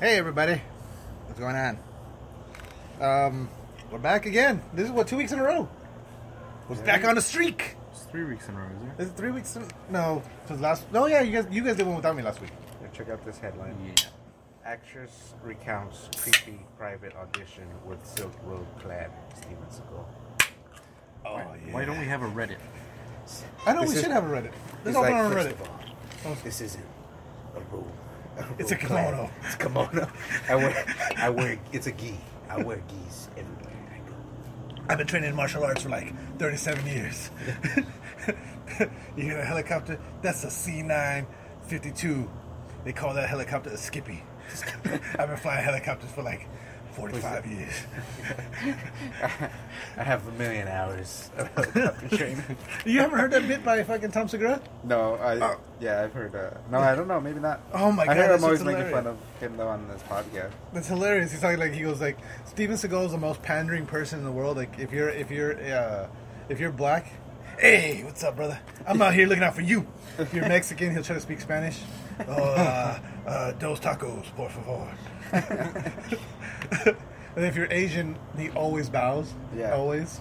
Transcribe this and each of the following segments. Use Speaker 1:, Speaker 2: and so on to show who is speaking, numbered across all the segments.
Speaker 1: Hey everybody, what's going on? Um, we're back again. This is what two weeks in a row. We're back on the streak.
Speaker 2: It's three weeks in a row, is it?
Speaker 1: Is it three weeks? In, no, 'cause last. No, yeah, you guys, you guys did one without me last week.
Speaker 3: Now check out this headline.
Speaker 2: Yeah.
Speaker 3: Actress recounts creepy private audition with Silk Road clad Steven Seagal.
Speaker 1: Oh
Speaker 2: Why don't we have a Reddit?
Speaker 1: I know
Speaker 3: This
Speaker 1: we
Speaker 3: is-
Speaker 1: should have a Reddit.
Speaker 3: He's
Speaker 1: Let's open
Speaker 3: like,
Speaker 1: on
Speaker 3: "First
Speaker 1: Reddit.
Speaker 3: of all, This isn't a robe.
Speaker 1: It's a
Speaker 3: robe clad-
Speaker 1: kimono."
Speaker 3: It's a kimono. I wear. I wear. It's a gi. I wear gis everywhere I go.
Speaker 1: I've been training in martial arts for like 37 years. you hear a helicopter? That's a C9 52. They call that helicopter a Skippy. I've been flying helicopters for like 45 years.
Speaker 3: I have a million hours of helicopter training.
Speaker 1: You ever heard that bit by fucking Tom Segura?
Speaker 3: No, I
Speaker 2: Oh.
Speaker 3: yeah, I've heard. Uh, no, I don't know. Maybe not.
Speaker 1: Oh my
Speaker 3: I
Speaker 1: God,
Speaker 3: heard
Speaker 1: that's
Speaker 3: I'm always
Speaker 1: so
Speaker 3: making fun of
Speaker 1: hilarious.
Speaker 3: him though on this podcast.
Speaker 1: That's hilarious. He's talking like he goes like Steven Seagal is the most pandering person in the world. Like if you're if you're uh, if you're black, hey, what's up, brother? I'm out here looking out for you. If you're Mexican, he'll try to speak Spanish. Oh, uh, uh, dos tacos, por favor. and if you're Asian, he always bows.
Speaker 3: Yeah.
Speaker 1: always.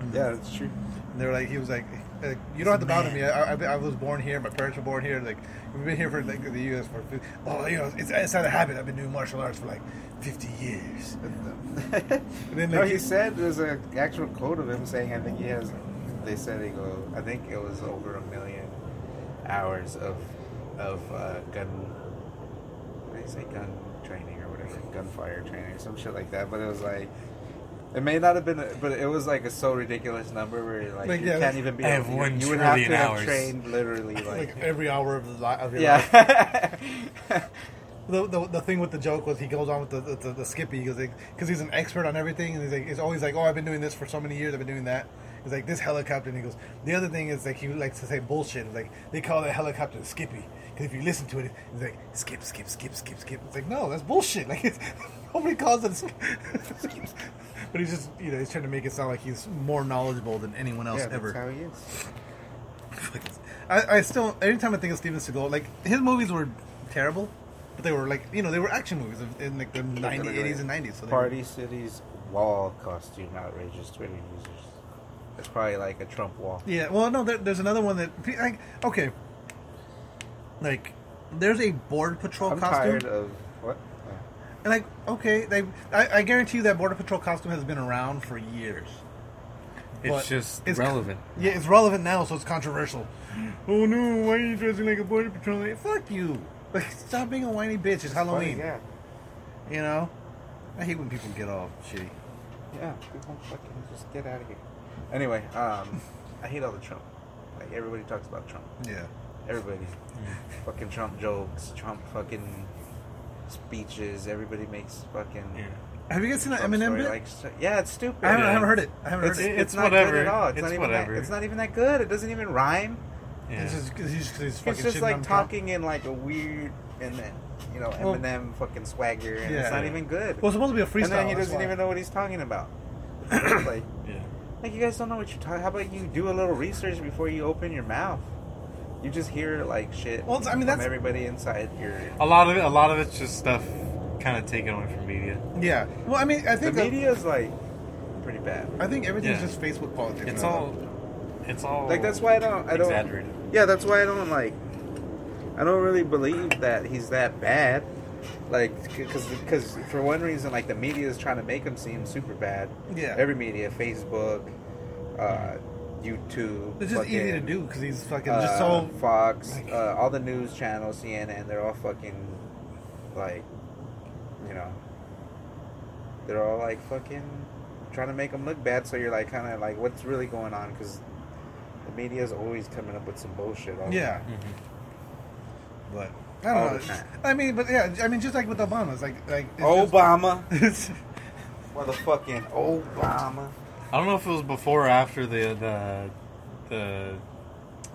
Speaker 2: Mm-hmm.
Speaker 3: Yeah, that's true.
Speaker 1: And they were like, he was like, uh, you don't have to bow to me. I, I, I was born here. My parents were born here. Like we've been here for like the U.S. for fif- oh, you know, it's, it's not a habit. I've been doing martial arts for like 50 years. And then
Speaker 3: no,
Speaker 1: like,
Speaker 3: he said there's an actual quote of him saying, I think he has, they said he go, I think it was over a million hours of, of uh, gun, what do you say, gun training or whatever, gunfire training or some shit like that. But it was like, it may not have been, but it was like a so ridiculous number where you're like,
Speaker 1: Like,
Speaker 3: you
Speaker 1: yeah,
Speaker 3: can't even be.
Speaker 2: I
Speaker 3: able
Speaker 2: have
Speaker 3: to-
Speaker 2: one
Speaker 3: you would have to
Speaker 2: trillion
Speaker 3: have
Speaker 2: hours.
Speaker 3: trained literally like,
Speaker 1: like every hour of the li- of your life.
Speaker 3: yeah.
Speaker 1: The, the, the thing with the joke was he goes on with the the, the, the Skippy because like, 'cause he's an expert on everything and he's like he's always like oh I've been doing this for so many years I've been doing that. He's like this helicopter and he goes the other thing is like he likes to say bullshit like they call that helicopter the Skippy because if you listen to it it's like skip skip skip skip skip it's like no that's bullshit like it's, nobody calls it skip. but he's just you know he's trying to make it sound like he's more knowledgeable than anyone else
Speaker 3: yeah,
Speaker 1: ever.
Speaker 3: that's how he is.
Speaker 1: I, I still every time I think of Steven Seagal, like his movies were terrible, but they were like you know they were action movies in, in like the 90s, 80s, and 90s. So they were-
Speaker 3: Party City's wall costume outrageous Twitter users. It's probably like a Trump wall.
Speaker 1: yeah. Well, no, there, there's another one that pe- like okay, like there's a border patrol
Speaker 3: I'm
Speaker 1: costume,
Speaker 3: tired of what? Uh,
Speaker 1: and like okay, they I, I guarantee you that border patrol costume has been around for years.
Speaker 2: It's
Speaker 1: But
Speaker 2: just
Speaker 1: it's-
Speaker 2: relevant.
Speaker 1: Yeah, it's relevant now, so it's controversial. oh no, why are you dressing like a border patrol? Like, fuck you! Like stop being a whiny bitch. It's
Speaker 3: Oh,
Speaker 1: Halloween.
Speaker 3: yeah,
Speaker 1: You know, I hate when people get all shitty.
Speaker 3: yeah. People fucking just get out of here. Anyway, um, I hate all the Trump. Like everybody talks about Trump.
Speaker 1: Yeah.
Speaker 3: Everybody, fucking Trump jokes, Trump fucking speeches. Everybody makes fucking.
Speaker 2: Yeah.
Speaker 1: Have you guys seen that
Speaker 3: Trump
Speaker 1: Eminem
Speaker 3: story,
Speaker 1: bit?
Speaker 3: like, st- yeah, it's stupid.
Speaker 1: I, haven't, I
Speaker 2: Yeah.
Speaker 1: haven't heard it. I haven't
Speaker 3: It's,
Speaker 1: heard it.
Speaker 3: it's,
Speaker 2: It's
Speaker 3: not good
Speaker 2: whatever.
Speaker 3: at all. It's,
Speaker 2: It's
Speaker 3: not even
Speaker 2: whatever.
Speaker 3: That, it's not even that good. It doesn't even rhyme.
Speaker 2: Yeah.
Speaker 1: It's just, it's just, it's fucking
Speaker 3: It's just
Speaker 1: shitting
Speaker 3: like
Speaker 1: on Trump.
Speaker 3: talking in like a weird and then you know
Speaker 1: Well-
Speaker 3: Eminem fucking swagger, and
Speaker 1: Yeah.
Speaker 3: it's not even good.
Speaker 1: Well, it's supposed to be a freestyle.
Speaker 3: and then he
Speaker 1: that's
Speaker 3: doesn't
Speaker 1: why.
Speaker 3: even know what he's talking about. like,
Speaker 2: yeah.
Speaker 3: like you guys don't know what you're talking. How about you do a little research before you open your mouth? You just hear like shit.
Speaker 1: Well, it's- I mean,
Speaker 3: from
Speaker 1: that's-
Speaker 3: everybody inside your.
Speaker 2: A lot of it. A lot of it's just stuff kind of taken away from media.
Speaker 1: Yeah. Well, I mean, I
Speaker 3: The
Speaker 1: think uh,
Speaker 3: media's like pretty bad.
Speaker 1: I think everything's
Speaker 2: Yeah.
Speaker 1: just Facebook politics.
Speaker 2: It's
Speaker 1: now.
Speaker 2: all. It's all.
Speaker 3: Like that's why I don't. I don't.
Speaker 2: Exaggerated.
Speaker 3: Yeah, that's why I don't like. I don't really believe that he's that bad. Like, because because for one reason, like the media is trying to make him seem super bad.
Speaker 1: Yeah.
Speaker 3: Every media, Facebook, uh, YouTube.
Speaker 1: It's just easy to
Speaker 3: fucking,
Speaker 1: do because he's fucking
Speaker 3: uh,
Speaker 1: just so.
Speaker 3: Fox,
Speaker 1: like-
Speaker 3: uh, all the news channels, CNN, they're all fucking like, you know, they're all like fucking trying to make them look bad. So you're like, kind of like, what's really going on? Because the media's always coming up with some bullshit. All the
Speaker 1: Yeah.
Speaker 3: time.
Speaker 1: But I
Speaker 3: mm-hmm. All
Speaker 1: don't
Speaker 3: the
Speaker 1: know.
Speaker 3: time.
Speaker 1: I mean, but yeah, I mean, just like with Obama, it's like like it's
Speaker 3: Obama,
Speaker 1: Just,
Speaker 3: motherfucking Obama.
Speaker 2: I don't know if it was before or after the the the.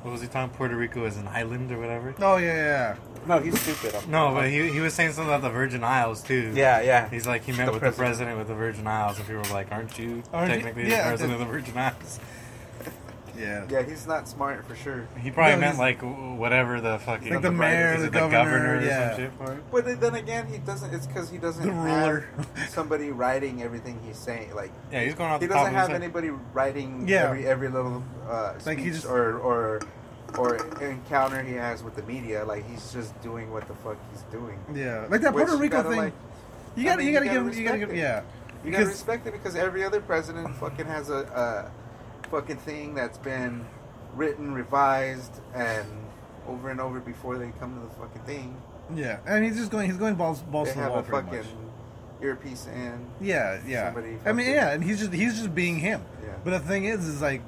Speaker 2: What was he talking? Puerto Rico as an island or whatever.
Speaker 1: oh yeah, yeah,
Speaker 3: No, he's stupid. I'm-
Speaker 2: No, but he, he was saying something about the Virgin Isles too.
Speaker 3: Yeah, yeah.
Speaker 2: He's like he met
Speaker 3: The
Speaker 2: with the
Speaker 3: president.
Speaker 2: president with the Virgin Isles, and people were like, "Aren't you
Speaker 1: Aren't you-
Speaker 2: technically
Speaker 1: yeah,
Speaker 2: the president
Speaker 1: the-
Speaker 2: of the Virgin Isles?"
Speaker 1: Yeah.
Speaker 3: Yeah, he's not smart for sure.
Speaker 2: He probably
Speaker 1: No,
Speaker 2: meant
Speaker 1: he's-
Speaker 2: like w- whatever the fucking
Speaker 1: Like the mayor,
Speaker 2: is
Speaker 1: the
Speaker 2: it the
Speaker 1: governor,
Speaker 2: governor, or
Speaker 1: yeah.
Speaker 2: some shit for it.
Speaker 3: But then- then again, he doesn't. It's because he doesn't
Speaker 1: The ruler.
Speaker 3: have somebody writing everything he's saying. Like
Speaker 2: Yeah, he's going off
Speaker 3: he
Speaker 2: the top
Speaker 3: doesn't
Speaker 2: of his
Speaker 3: have
Speaker 2: head.
Speaker 3: anybody writing
Speaker 1: Yeah.
Speaker 3: every every little uh, speech
Speaker 1: Like, he just-
Speaker 3: or or or encounter he has with the media. Like he's just doing what the fuck he's doing.
Speaker 1: Yeah. Like that
Speaker 3: Which
Speaker 1: Puerto
Speaker 3: you
Speaker 1: Rico
Speaker 3: gotta,
Speaker 1: thing.
Speaker 3: like-
Speaker 1: you gotta,
Speaker 3: I mean,
Speaker 1: you
Speaker 3: you
Speaker 1: gotta
Speaker 3: gotta
Speaker 1: give, him- you gotta give,
Speaker 3: respect it.
Speaker 1: yeah.
Speaker 3: You gotta
Speaker 1: Because-
Speaker 3: respect it because every other president fucking has a, a fucking thing that's been written, revised, and over and over before they come to the fucking thing.
Speaker 1: Yeah, and he's just going. He's going balls balls
Speaker 3: they
Speaker 1: to the
Speaker 3: have
Speaker 1: wall
Speaker 3: a
Speaker 1: pretty
Speaker 3: fucking
Speaker 1: much.
Speaker 3: earpiece in.
Speaker 1: Yeah, yeah.
Speaker 3: somebody
Speaker 1: I mean,
Speaker 3: fucking-
Speaker 1: yeah, and he's just he's just being him.
Speaker 3: Yeah.
Speaker 1: But the thing is, is like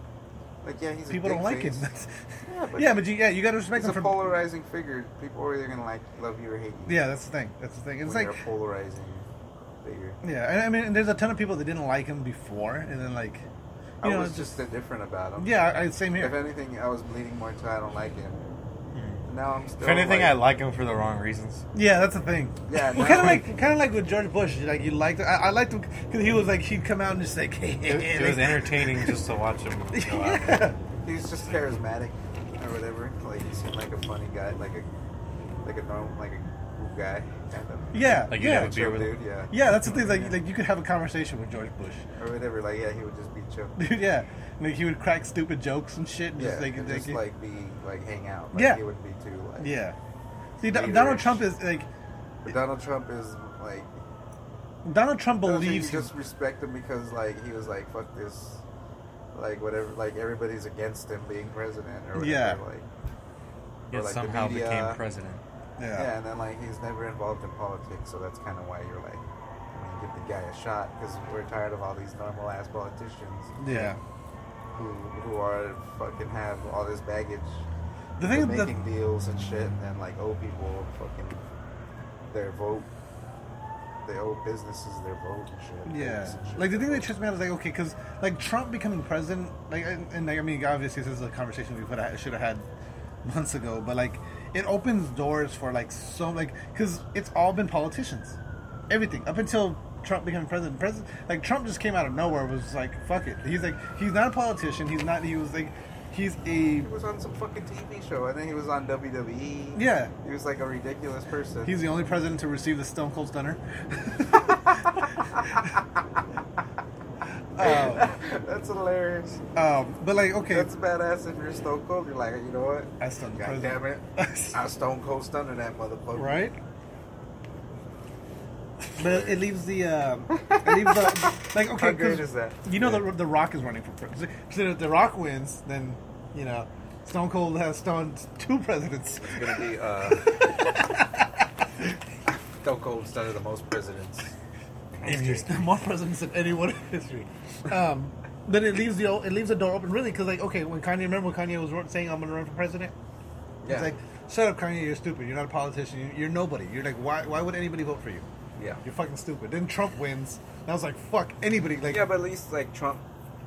Speaker 3: Like yeah, he's a
Speaker 1: people don't like him.
Speaker 3: dickface. Yeah, but,
Speaker 1: yeah, but you, yeah, you gotta respect
Speaker 3: he's
Speaker 1: him
Speaker 3: a
Speaker 1: for.
Speaker 3: polarizing figure. People are either gonna like love you or hate you.
Speaker 1: yeah, that's the thing. That's the thing. It's like
Speaker 3: when you're a polarizing figure.
Speaker 1: yeah, and I mean, and there's a ton of people that didn't like him before, and then like, you
Speaker 3: I
Speaker 1: know,
Speaker 3: was
Speaker 1: it's just
Speaker 3: just indifferent about him.
Speaker 1: yeah, I, same
Speaker 3: If
Speaker 1: here.
Speaker 3: anything, I was bleeding more to I don't like him.
Speaker 1: Hmm.
Speaker 3: Now I'm still.
Speaker 2: If anything,
Speaker 3: like,
Speaker 2: I like him for the wrong reasons.
Speaker 1: Yeah, that's the thing.
Speaker 3: Yeah,
Speaker 1: well,
Speaker 3: no.
Speaker 1: kind of like kind of like with George Bush, like you liked. I, I liked him because he was like he'd come out and just like, hey,
Speaker 2: It, it was entertaining just to watch him go out.
Speaker 1: yeah.
Speaker 3: He's just charismatic or whatever. Like he seemed like a funny guy, like a like a normal, like a cool guy. Kind of.
Speaker 1: yeah,
Speaker 2: Like, you
Speaker 1: yeah,
Speaker 2: have a beer
Speaker 3: Chill
Speaker 2: with
Speaker 3: dude,
Speaker 2: him.
Speaker 3: yeah.
Speaker 1: yeah. That's the thing. Like, like you could have a conversation with George Bush.
Speaker 3: Or whatever. Like yeah, he would just be chill.
Speaker 1: Dude, yeah. Like he would crack stupid jokes and shit. And
Speaker 3: Yeah,
Speaker 1: just, like,
Speaker 3: and
Speaker 1: like-
Speaker 3: just like be like hang out. Like,
Speaker 1: Yeah.
Speaker 3: he would be too. Like,
Speaker 1: yeah. See, Do-
Speaker 3: leaderish.
Speaker 1: Donald Trump is like
Speaker 3: But Donald Trump is like
Speaker 1: Donald Trump
Speaker 3: Donald Trump, you
Speaker 1: believes.
Speaker 3: just respect him because like he was like fuck this, like whatever. Like everybody's against him being president or whatever.
Speaker 1: Yeah.
Speaker 3: Like
Speaker 2: Yet
Speaker 3: like the
Speaker 2: somehow
Speaker 3: media.
Speaker 2: became president.
Speaker 3: yeah.
Speaker 1: yeah.
Speaker 3: and then like he's never involved in politics, so that's kind of why you're like, I mean, give the guy a shot because we're tired of all these normal ass politicians
Speaker 1: Yeah.
Speaker 3: who who are fucking have all this baggage.
Speaker 1: The thing
Speaker 3: for
Speaker 1: that
Speaker 3: making deals and shit, and then like owe people fucking their vote. They owe businesses their vote and shit.
Speaker 1: yeah,
Speaker 3: Business and shit.
Speaker 1: like the thing that trips me out is like okay, because like Trump becoming president, like and, and like, I mean obviously this is a conversation we could have- should have had months ago, but like it opens doors for like so like because it's all been politicians, everything up until Trump becoming president. President like Trump just came out of nowhere was just like fuck it. He's like he's not a politician. He's not. He was like he's a
Speaker 3: He was on some fucking TV show. I think he was on WWE.
Speaker 1: Yeah.
Speaker 3: He was like a ridiculous person.
Speaker 1: He's the only president to receive the Stone Cold Stunner. um,
Speaker 3: That's hilarious.
Speaker 1: um, but like, okay,
Speaker 3: That's badass if you're Stone Cold. You're like, you know what?
Speaker 1: I stunned the
Speaker 3: God damn
Speaker 1: president.
Speaker 3: it. I Stone Cold Stunner that motherfucker.
Speaker 1: right? But it leaves the um, it leaves the like okay.
Speaker 3: How great
Speaker 1: 'cause
Speaker 3: is that?
Speaker 1: You know the the Rock is running for president. So if the Rock wins, then you know Stone Cold has Stone two presidents.
Speaker 3: It's gonna be uh, Stone Cold Stunner the most presidents.
Speaker 1: If you're still more presidents than anyone in history. Um, but it leaves the o- it leaves the door open really because like okay when Kanye remember when Kanye was ro- saying I'm gonna run for president.
Speaker 3: Yeah.
Speaker 1: It's like shut up Kanye you're stupid you're not a politician you're, you're nobody you're like why why would anybody vote for you
Speaker 3: yeah.
Speaker 1: you're fucking stupid then Trump wins and I was like fuck anybody like
Speaker 3: Yeah, but at least like Trump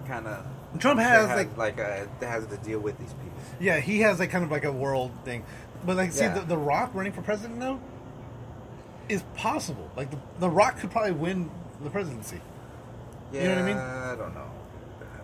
Speaker 3: kind of
Speaker 1: Trump has like
Speaker 3: like uh, has to deal with these people.
Speaker 1: yeah he has like kind of like a world thing but like see
Speaker 3: Yeah.
Speaker 1: the, the Rock running for president now is possible like the, the Rock could probably win the presidency
Speaker 3: Yeah,
Speaker 1: You know what I mean?
Speaker 3: I don't know. I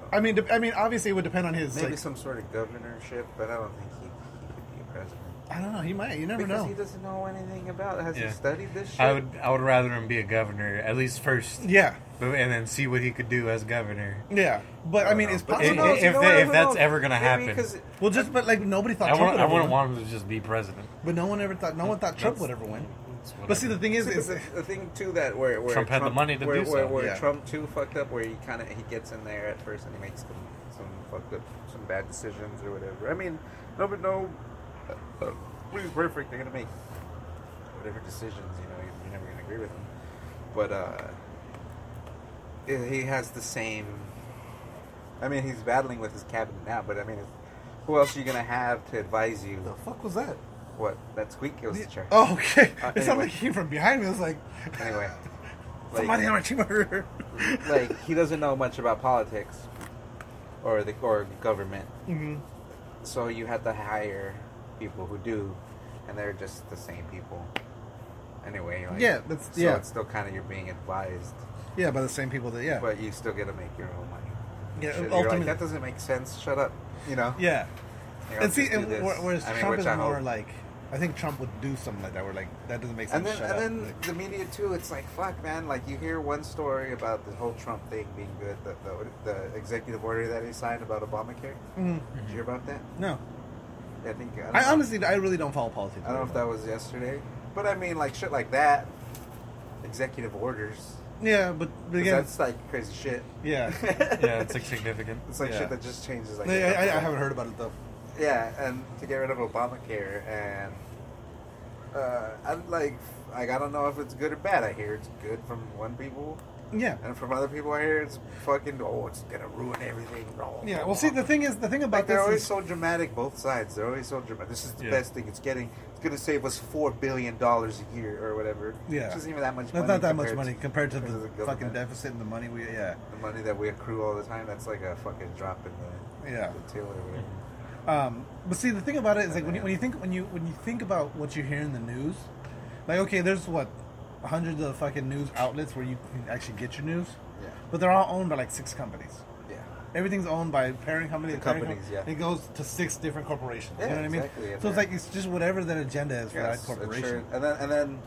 Speaker 3: don't
Speaker 1: I mean de- I mean obviously it would depend on his
Speaker 3: Maybe
Speaker 1: like
Speaker 3: some sort of governorship, but I don't think he, he could be a president.
Speaker 1: I don't know he might you never
Speaker 3: because
Speaker 1: know
Speaker 3: he doesn't know anything about. Has
Speaker 2: Yeah.
Speaker 3: he studied this shit?
Speaker 2: I would I would rather him be a governor at least first,
Speaker 1: Yeah,
Speaker 2: but, and then see what he could do as governor.
Speaker 1: yeah, but I, mean, it's
Speaker 3: But
Speaker 1: possible.
Speaker 2: If- if- if that- if that's ever gonna happen.
Speaker 1: well, just but like nobody thought
Speaker 2: I
Speaker 1: Trump
Speaker 2: want
Speaker 1: would
Speaker 2: I
Speaker 1: ever
Speaker 2: wouldn't
Speaker 1: win.
Speaker 2: want him to just be president.
Speaker 1: But no one ever thought. No one thought Trump would
Speaker 2: That's-
Speaker 1: ever win.
Speaker 2: It's
Speaker 1: But see, the
Speaker 2: whatever.
Speaker 1: thing is,
Speaker 3: Because
Speaker 1: is
Speaker 3: the, the thing too that where, where
Speaker 2: Trump had the money to
Speaker 3: where,
Speaker 2: do
Speaker 3: where,
Speaker 2: so.
Speaker 3: where
Speaker 1: Yeah.
Speaker 3: Trump too fucked up where he kind of he gets in there at first and he makes some, some fucked up some bad decisions or whatever. I mean, no, but no, uh, uh, he's perfect. They're gonna make whatever decisions you know you're, you're never gonna agree with them. But uh, he he has the same. I mean, he's battling with his cabinet now, but I mean, it's, who else are you gonna have to advise you?
Speaker 1: the fuck was that?
Speaker 3: What that squeak? It was the chair.
Speaker 1: Oh, okay.
Speaker 3: Uh,
Speaker 1: it sounded
Speaker 3: anyway.
Speaker 1: like he came from behind me. It was like,
Speaker 3: Anyway.
Speaker 1: somebody on my team. mm-hmm.
Speaker 3: like he doesn't know much about politics or the or government.
Speaker 1: Mm-hmm.
Speaker 3: So you have to hire people who do, and they're just the same people. Anyway, like,
Speaker 1: Yeah, that's-
Speaker 3: so
Speaker 1: yeah.
Speaker 3: It's still kind of you're being advised,
Speaker 1: Yeah, by the same people that yeah.
Speaker 3: but you still get to make your own money.
Speaker 1: Yeah,
Speaker 3: Shit, you're like,
Speaker 1: ultimately-
Speaker 3: that doesn't make sense. Shut up. you know.
Speaker 1: Yeah.
Speaker 3: Here, I'll
Speaker 1: And see,
Speaker 3: just do
Speaker 1: and
Speaker 3: this.
Speaker 1: where- whereas
Speaker 3: I mean,
Speaker 1: Trump
Speaker 3: which
Speaker 1: is
Speaker 3: I
Speaker 1: more
Speaker 3: hope.
Speaker 1: like, I think Trump would do something like that. Where like that doesn't make sense.
Speaker 3: And then,
Speaker 1: shut
Speaker 3: and
Speaker 1: up.
Speaker 3: then
Speaker 1: Like,
Speaker 3: the media too. It's like fuck, man. Like you hear one story about the whole Trump thing being good, the, the, the executive order that he signed about Obamacare.
Speaker 1: mm,
Speaker 3: Did you hear about that?
Speaker 1: no,
Speaker 3: I think I, don't
Speaker 1: I
Speaker 3: know.
Speaker 1: honestly, I really don't follow politics.
Speaker 3: I don't know if that was yesterday, but I mean, like shit like that, executive orders.
Speaker 1: Yeah, but, but
Speaker 3: 'Cause
Speaker 1: again,
Speaker 3: that's like crazy shit.
Speaker 1: yeah,
Speaker 2: Yeah, it's like significant.
Speaker 3: It's like
Speaker 1: Yeah.
Speaker 3: shit that just changes. Like
Speaker 1: No, yeah, I, I haven't heard about it though.
Speaker 3: Yeah, and to get rid of Obamacare, and uh, I'm like, like I don't know if it's good or bad. I hear it's good from one people,
Speaker 1: Yeah,
Speaker 3: and from other people I hear it's fucking. Oh, it's gonna ruin everything. Blah,
Speaker 1: yeah.
Speaker 3: blah,
Speaker 1: Well, see,
Speaker 3: blah.
Speaker 1: the thing is, the thing
Speaker 3: Like
Speaker 1: about
Speaker 3: they're
Speaker 1: this
Speaker 3: always
Speaker 1: is,
Speaker 3: so dramatic, both sides. They're always so dramatic. This is the
Speaker 2: Yeah.
Speaker 3: best thing it's getting. It's going to save us four billion dollars a year or whatever.
Speaker 1: Yeah.
Speaker 3: which isn't even that much.
Speaker 1: that's
Speaker 3: money
Speaker 1: not that much
Speaker 3: compared
Speaker 1: money compared to
Speaker 3: compared
Speaker 1: the
Speaker 3: to the
Speaker 1: fucking
Speaker 3: government.
Speaker 1: deficit and the money we. Yeah,
Speaker 3: to the money that we accrue all the time. That's like a fucking drop in the
Speaker 1: Yeah.
Speaker 3: the till or whatever.
Speaker 1: Um, but see, the thing about it is like when you, when you think when you when you think about what you hear in the news, like okay, there's what hundreds of fucking news outlets where you can actually get your news,
Speaker 3: Yeah,
Speaker 1: but they're all owned by like six companies.
Speaker 3: yeah.
Speaker 1: Everything's owned by parent company.
Speaker 3: The
Speaker 1: parent
Speaker 3: companies,
Speaker 1: company.
Speaker 3: yeah.
Speaker 1: It goes to six different corporations.
Speaker 3: Yeah,
Speaker 1: you know what
Speaker 3: exactly,
Speaker 1: I mean?
Speaker 3: yeah,
Speaker 1: So it's
Speaker 3: fair.
Speaker 1: like it's just whatever that agenda is for
Speaker 3: Yes,
Speaker 1: that corporation.
Speaker 3: insurance- And then, and then,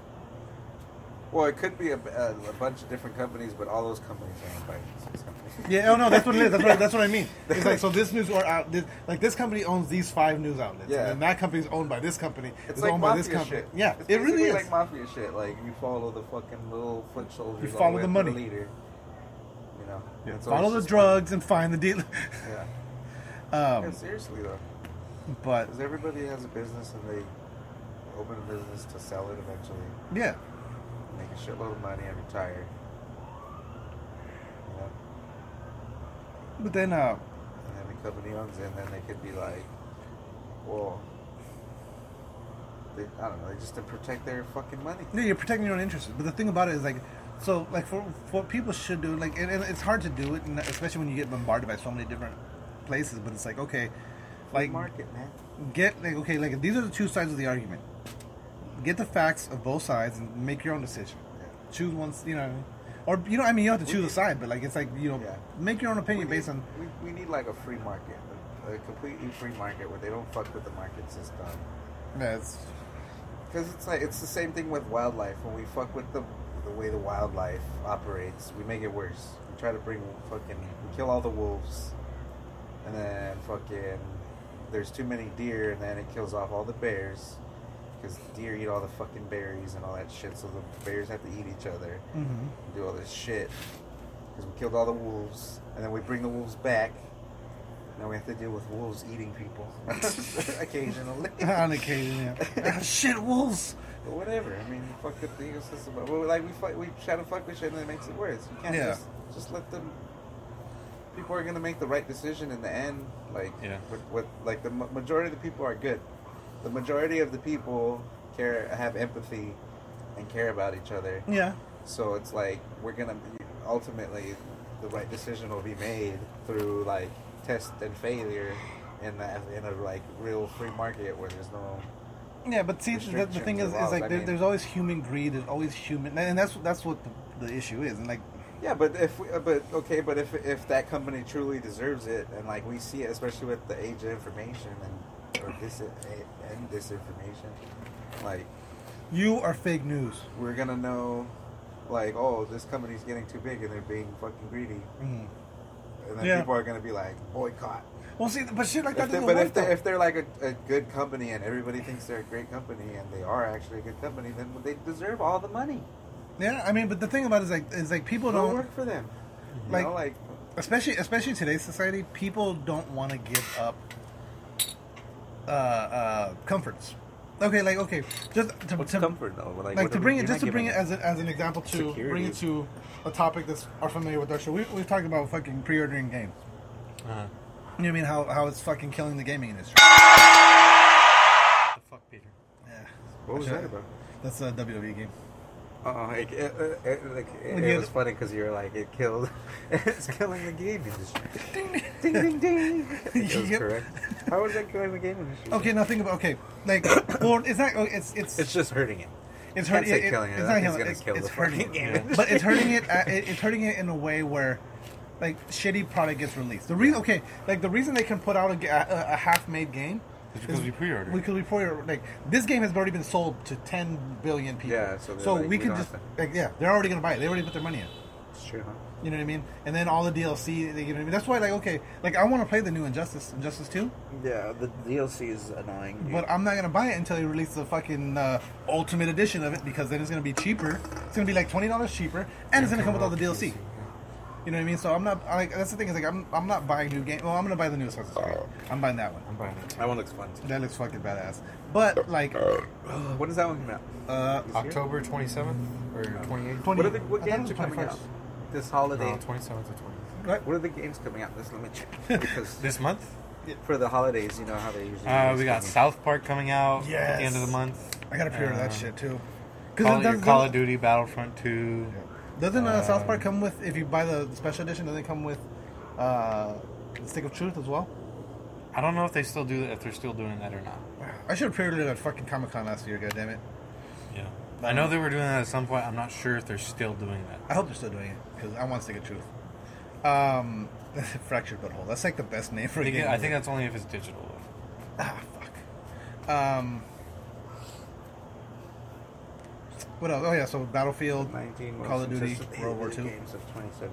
Speaker 3: well, it could be a, a, a bunch of different companies, but all those companies are owned by six companies.
Speaker 1: Yeah, oh no, that's what it is. That's what, that's what I mean. It's like so this news or out this, like this company owns these five news outlets,
Speaker 3: Yeah.
Speaker 1: and then that company's owned by this company.
Speaker 3: It's
Speaker 1: is
Speaker 3: like
Speaker 1: owned by
Speaker 3: mafia
Speaker 1: this company.
Speaker 3: shit.
Speaker 1: Yeah,
Speaker 3: It's
Speaker 1: it really
Speaker 3: basically
Speaker 1: is.
Speaker 3: like mafia shit. Like you follow the fucking little foot soldiers.
Speaker 1: You
Speaker 3: all
Speaker 1: follow
Speaker 3: way
Speaker 1: the
Speaker 3: up to
Speaker 1: money.
Speaker 3: leader. You know.
Speaker 1: Yeah,
Speaker 3: It's
Speaker 1: follow
Speaker 3: always
Speaker 1: the
Speaker 3: just-
Speaker 1: drugs and find the dealer.
Speaker 3: Yeah. Yeah,
Speaker 1: Um,
Speaker 3: seriously though,
Speaker 1: but
Speaker 3: because everybody has a business and they open a business to sell it eventually,
Speaker 1: yeah,
Speaker 3: make a shitload of money and retire. You know,
Speaker 1: but then uh,
Speaker 3: and then the company owns it, and then they could be like, well. They, I don't know. They just to protect their fucking money.
Speaker 1: yeah, you're protecting your own interests. But the thing about it is like, so like for what people should do, like and, and it's hard to do it, and especially when you get bombarded by so many different places. But it's like okay,
Speaker 3: Free
Speaker 1: like
Speaker 3: market, man.
Speaker 1: get like okay, like these are the two sides of the argument. Get the facts of both sides and make your own decision.
Speaker 3: Yeah.
Speaker 1: Choose one, s- you know, or you know, I mean, you don't have to
Speaker 3: We
Speaker 1: choose a
Speaker 3: need-
Speaker 1: side, but like it's like you know,
Speaker 3: Yeah.
Speaker 1: make your own opinion
Speaker 3: we need,
Speaker 1: based on
Speaker 3: we, we need like a free market, a, a completely free market where they don't fuck with the market system.
Speaker 1: yeah, it's,
Speaker 3: Because it's like it's the same thing with wildlife. When we fuck with the the way the wildlife operates, we make it worse. We try to bring fucking we kill all the wolves, and then fucking there's too many deer, and then it kills off all the bears. Because deer eat all the fucking berries and all that shit, so the bears have to eat each other
Speaker 1: mhm.
Speaker 3: and do all this shit because we killed all the wolves, and then we bring the wolves back. Now we have to deal with wolves eating people occasionally.
Speaker 1: on occasion. Yeah. Ah, shit, wolves.
Speaker 3: But whatever. I mean, fuck up the ecosystem. But we- like we fight, we try to fuck with shit, and it makes it worse. You can't
Speaker 1: Yeah.
Speaker 3: just just let them. People are gonna make the right decision in the end. Like
Speaker 2: Yeah.
Speaker 3: with, with like the ma- majority of the people are good. The majority of the people care, have empathy, and care about each other.
Speaker 1: Yeah.
Speaker 3: So it's like we're gonna ultimately the right decision will be made through like test and failure in the in a like real free market where there's no
Speaker 1: Yeah, but see, the, the thing
Speaker 3: Restrictions
Speaker 1: is, is
Speaker 3: involved,
Speaker 1: like
Speaker 3: I
Speaker 1: there,
Speaker 3: mean-
Speaker 1: there's always human greed. There's always human, and that's that's what the, the issue is. And like,
Speaker 3: yeah but if we, uh, but okay but if if that company truly deserves it and like we see it especially with the age of information and or this and disinformation like
Speaker 1: you are fake news.
Speaker 3: we're gonna know like oh this company's getting too big and they're being fucking greedy
Speaker 1: Mm.
Speaker 3: and then
Speaker 1: Yeah.
Speaker 3: people are gonna be like boycott
Speaker 1: Well, see, but shit like that
Speaker 3: If they,
Speaker 1: doesn't
Speaker 3: but
Speaker 1: work.
Speaker 3: if, they,
Speaker 1: though.
Speaker 3: if they're like a, a good company and everybody thinks they're a great company and they are actually a good company, then they deserve all the money.
Speaker 1: yeah, I mean, but the thing about it is like, is like people
Speaker 3: Go
Speaker 1: don't,
Speaker 3: work for them. You
Speaker 1: Like-
Speaker 3: know, like
Speaker 1: especially especially in today's society, people don't want to give up uh, uh, comforts. Okay, like okay, just to, to-
Speaker 3: though?
Speaker 1: like to bring it just to bring it as, a, as an example to bring it
Speaker 3: Security.
Speaker 1: to a topic that's are familiar with our show. We, we've talked about fucking pre-ordering games. You
Speaker 2: Uh-huh.
Speaker 1: know what I mean? How, how it's fucking killing the gaming industry.
Speaker 2: The fuck, Peter.
Speaker 1: Yeah.
Speaker 3: What was
Speaker 1: Sure.
Speaker 3: that about?
Speaker 1: That's a WWE game.
Speaker 3: Oh, it, it, it, it- like, it,
Speaker 1: Yeah.
Speaker 3: it was funny because you were like, it killed. it's killing the game industry. ding, ding, ding. I think that was
Speaker 1: Yep.
Speaker 3: correct. How is that killing the game industry?
Speaker 1: Okay, now think about okay, like well, it's not. oh, It's it's
Speaker 3: It's just hurting it.
Speaker 1: it's
Speaker 3: can't
Speaker 1: hurting
Speaker 3: say killing it.
Speaker 1: It's
Speaker 3: I
Speaker 1: not
Speaker 3: think
Speaker 1: killing it.
Speaker 3: it's
Speaker 1: It's,
Speaker 3: gonna kill
Speaker 1: it's
Speaker 3: the
Speaker 1: hurting
Speaker 3: fucking
Speaker 1: it,
Speaker 3: game.
Speaker 1: but it's hurting it, uh, it. It's hurting it in a way where like shitty product gets released. The reason, okay, like the reason they can put out a, ga- a, a half-made game
Speaker 2: It's because
Speaker 1: is-
Speaker 2: we pre-ordered.
Speaker 1: We could we pre-order like this game has already been sold to 10 billion people.
Speaker 3: Yeah, so they're like,
Speaker 1: we
Speaker 3: we
Speaker 1: can
Speaker 3: don't
Speaker 1: just
Speaker 3: have
Speaker 1: like yeah, they're already gonna buy it. They already put their money in.
Speaker 3: It's true, huh?
Speaker 1: You know what I mean? And then all the DLC. they- You know what I mean? That's why like okay, like I want to play the new Injustice, Injustice Two,
Speaker 3: Yeah, the DLC is annoying. dude.
Speaker 1: but I'm not gonna buy it until they release the fucking uh, Ultimate Edition of it because then it's gonna be cheaper. It's gonna be like twenty dollars cheaper, and it's gonna come with all the DLC. You know what I mean? So I'm not. I, like that's the thing is like I'm I'm not buying new game. Well, I'm gonna buy the new Assassin's Creed.
Speaker 3: Oh.
Speaker 1: I'm buying that one.
Speaker 2: I'm buying it.
Speaker 3: that one looks fun. Too.
Speaker 1: That looks fucking badass. But like,
Speaker 3: When does that one come out?
Speaker 1: uh,
Speaker 3: This year?
Speaker 2: October 27th or 28th?
Speaker 1: twenty.
Speaker 3: What are the what
Speaker 1: I thought it
Speaker 3: games
Speaker 1: was
Speaker 3: are coming
Speaker 1: 21st.
Speaker 3: out this holiday?
Speaker 1: Oh.
Speaker 2: No, 27th or 20th.
Speaker 1: Right?
Speaker 3: What are the games coming out? This let me check because
Speaker 2: This month?
Speaker 3: for the holidays, you know how they usually.
Speaker 2: Uh,
Speaker 3: release
Speaker 2: we got
Speaker 3: games.
Speaker 2: South Park coming out at the end of
Speaker 1: Yes.
Speaker 2: the month.
Speaker 1: I gotta pre-order that
Speaker 2: Uh,
Speaker 1: shit too.
Speaker 2: Call,
Speaker 1: it
Speaker 2: your
Speaker 1: does-
Speaker 2: Call
Speaker 1: does-
Speaker 2: of Duty Battlefront 2.
Speaker 1: Doesn't uh, South
Speaker 2: Um,
Speaker 1: Park come with if you buy the special edition? Doesn't it come with uh, the Stick of Truth as well?
Speaker 2: I don't know if they still do that, if they're still doing that or not.
Speaker 1: I should have pre-ordered it at fucking Comic Con last year. God damn it!
Speaker 2: Yeah. I know they were doing that at some point. I'm not sure if they're still doing that.
Speaker 1: I hope they're still doing it because I want Stick of Truth. Um, Fractured Butthole. That's like the best name for
Speaker 2: I
Speaker 1: a
Speaker 2: think,
Speaker 1: game.
Speaker 2: I think that's only if it's digital. though.
Speaker 1: ah fuck. Um, what else? Oh yeah, so Battlefield,
Speaker 3: 19 most
Speaker 1: Call of Duty,
Speaker 3: anticipated
Speaker 1: World War Two,
Speaker 3: games of 2017.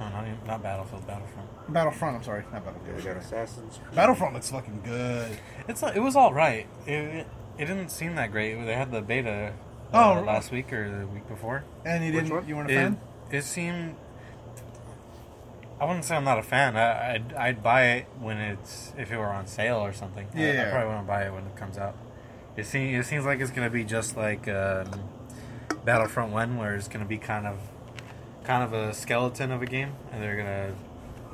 Speaker 2: No, not, even- uh-huh, not Battlefield, Battlefront.
Speaker 1: Battlefront. I'm sorry, not
Speaker 3: We
Speaker 1: Battlefield.
Speaker 3: got Assassin's Creed.
Speaker 1: Battlefront looks fucking good.
Speaker 2: It's not- it was all right. It, it didn't seem that great. They had the beta uh,
Speaker 1: Oh.
Speaker 2: last week or the week before.
Speaker 1: And you
Speaker 3: Which
Speaker 1: didn't?
Speaker 3: one?
Speaker 1: You weren't a
Speaker 2: It,
Speaker 1: fan?
Speaker 2: it seemed. I wouldn't say I'm not a fan. I, I'd, I'd buy it when it's if it were on sale or something. I- I,
Speaker 1: Yeah.
Speaker 2: probably wouldn't buy it when it comes out. It seems it seems like it's gonna be just like um, Battlefront One, where it's gonna be kind of kind of a skeleton of a game, and they're gonna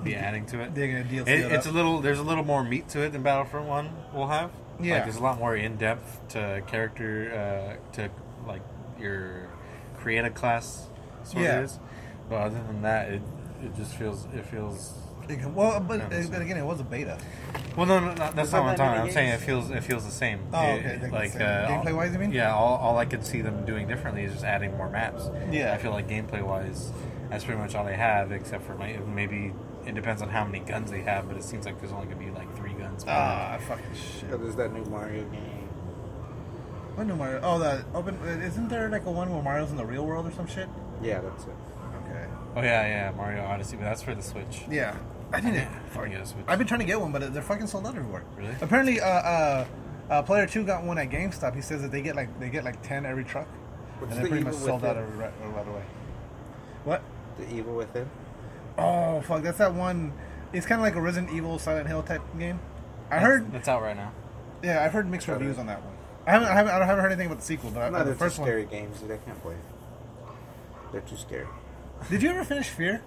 Speaker 2: be adding to it.
Speaker 1: They're gonna DLC
Speaker 2: It,
Speaker 1: that
Speaker 2: it's a
Speaker 1: up.
Speaker 2: little. There's a little more meat to it than Battlefront One will have.
Speaker 1: Yeah.
Speaker 2: like, there's a lot more in depth to character uh, to like your creative class. Sort
Speaker 1: Yeah.
Speaker 2: of is. But other than that, it it just feels it feels.
Speaker 1: It can- Well, but uh,
Speaker 2: Yeah, so-
Speaker 1: then again, it was a beta.
Speaker 2: Well, no, no, no that's
Speaker 3: There's
Speaker 2: not
Speaker 3: not
Speaker 2: what I'm talking.
Speaker 3: that many
Speaker 2: about. I'm saying it
Speaker 3: games.
Speaker 2: feels it feels the same.
Speaker 1: Oh,
Speaker 2: It-
Speaker 1: okay, like the
Speaker 2: like
Speaker 1: same.
Speaker 2: uh, all-
Speaker 1: Gameplay-wise, you mean?
Speaker 2: Yeah, all, all I could see them doing differently is just adding more maps.
Speaker 1: Yeah.
Speaker 2: I feel like gameplay wise, that's pretty much all they have, except for may- maybe it depends on how many guns they have. But it seems like there's only gonna be like three guns. per map.
Speaker 1: Ah, fucking
Speaker 3: Oh,
Speaker 1: shit.
Speaker 3: there's that new Mario game.
Speaker 1: What new Mario? Oh, the open. Isn't there like a one where Mario's in the real world or some shit?
Speaker 3: Yeah, that's it.
Speaker 1: Okay.
Speaker 2: Oh yeah, yeah, Mario Odyssey, but that's for the Switch.
Speaker 1: Yeah, I didn't.
Speaker 2: I didn't get a Switch.
Speaker 1: I've been trying to get one, but they're fucking sold out everywhere.
Speaker 2: Really?
Speaker 1: Apparently, uh, uh, uh, player two got one at GameStop. He says that they get like they get like ten every truck, and
Speaker 3: What's
Speaker 1: they're
Speaker 3: the
Speaker 1: pretty
Speaker 3: evil
Speaker 1: much sold
Speaker 3: with
Speaker 1: out
Speaker 3: it?
Speaker 1: every, right, right away. What?
Speaker 3: The Evil Within.
Speaker 1: Oh fuck! That's that one. It's kind of like a Resident Evil Silent Hill type game. I heard.
Speaker 2: That's out right now.
Speaker 1: Yeah, I've heard mixed
Speaker 3: Better.
Speaker 1: reviews on that one. I haven't, I haven't, I haven't heard anything about the sequel, but I-
Speaker 3: No,
Speaker 1: Uh, the
Speaker 3: they're
Speaker 1: first
Speaker 3: too
Speaker 1: one.
Speaker 3: scary games, dude. I can't play. it. They're too scary.
Speaker 1: Did you ever finish Fear?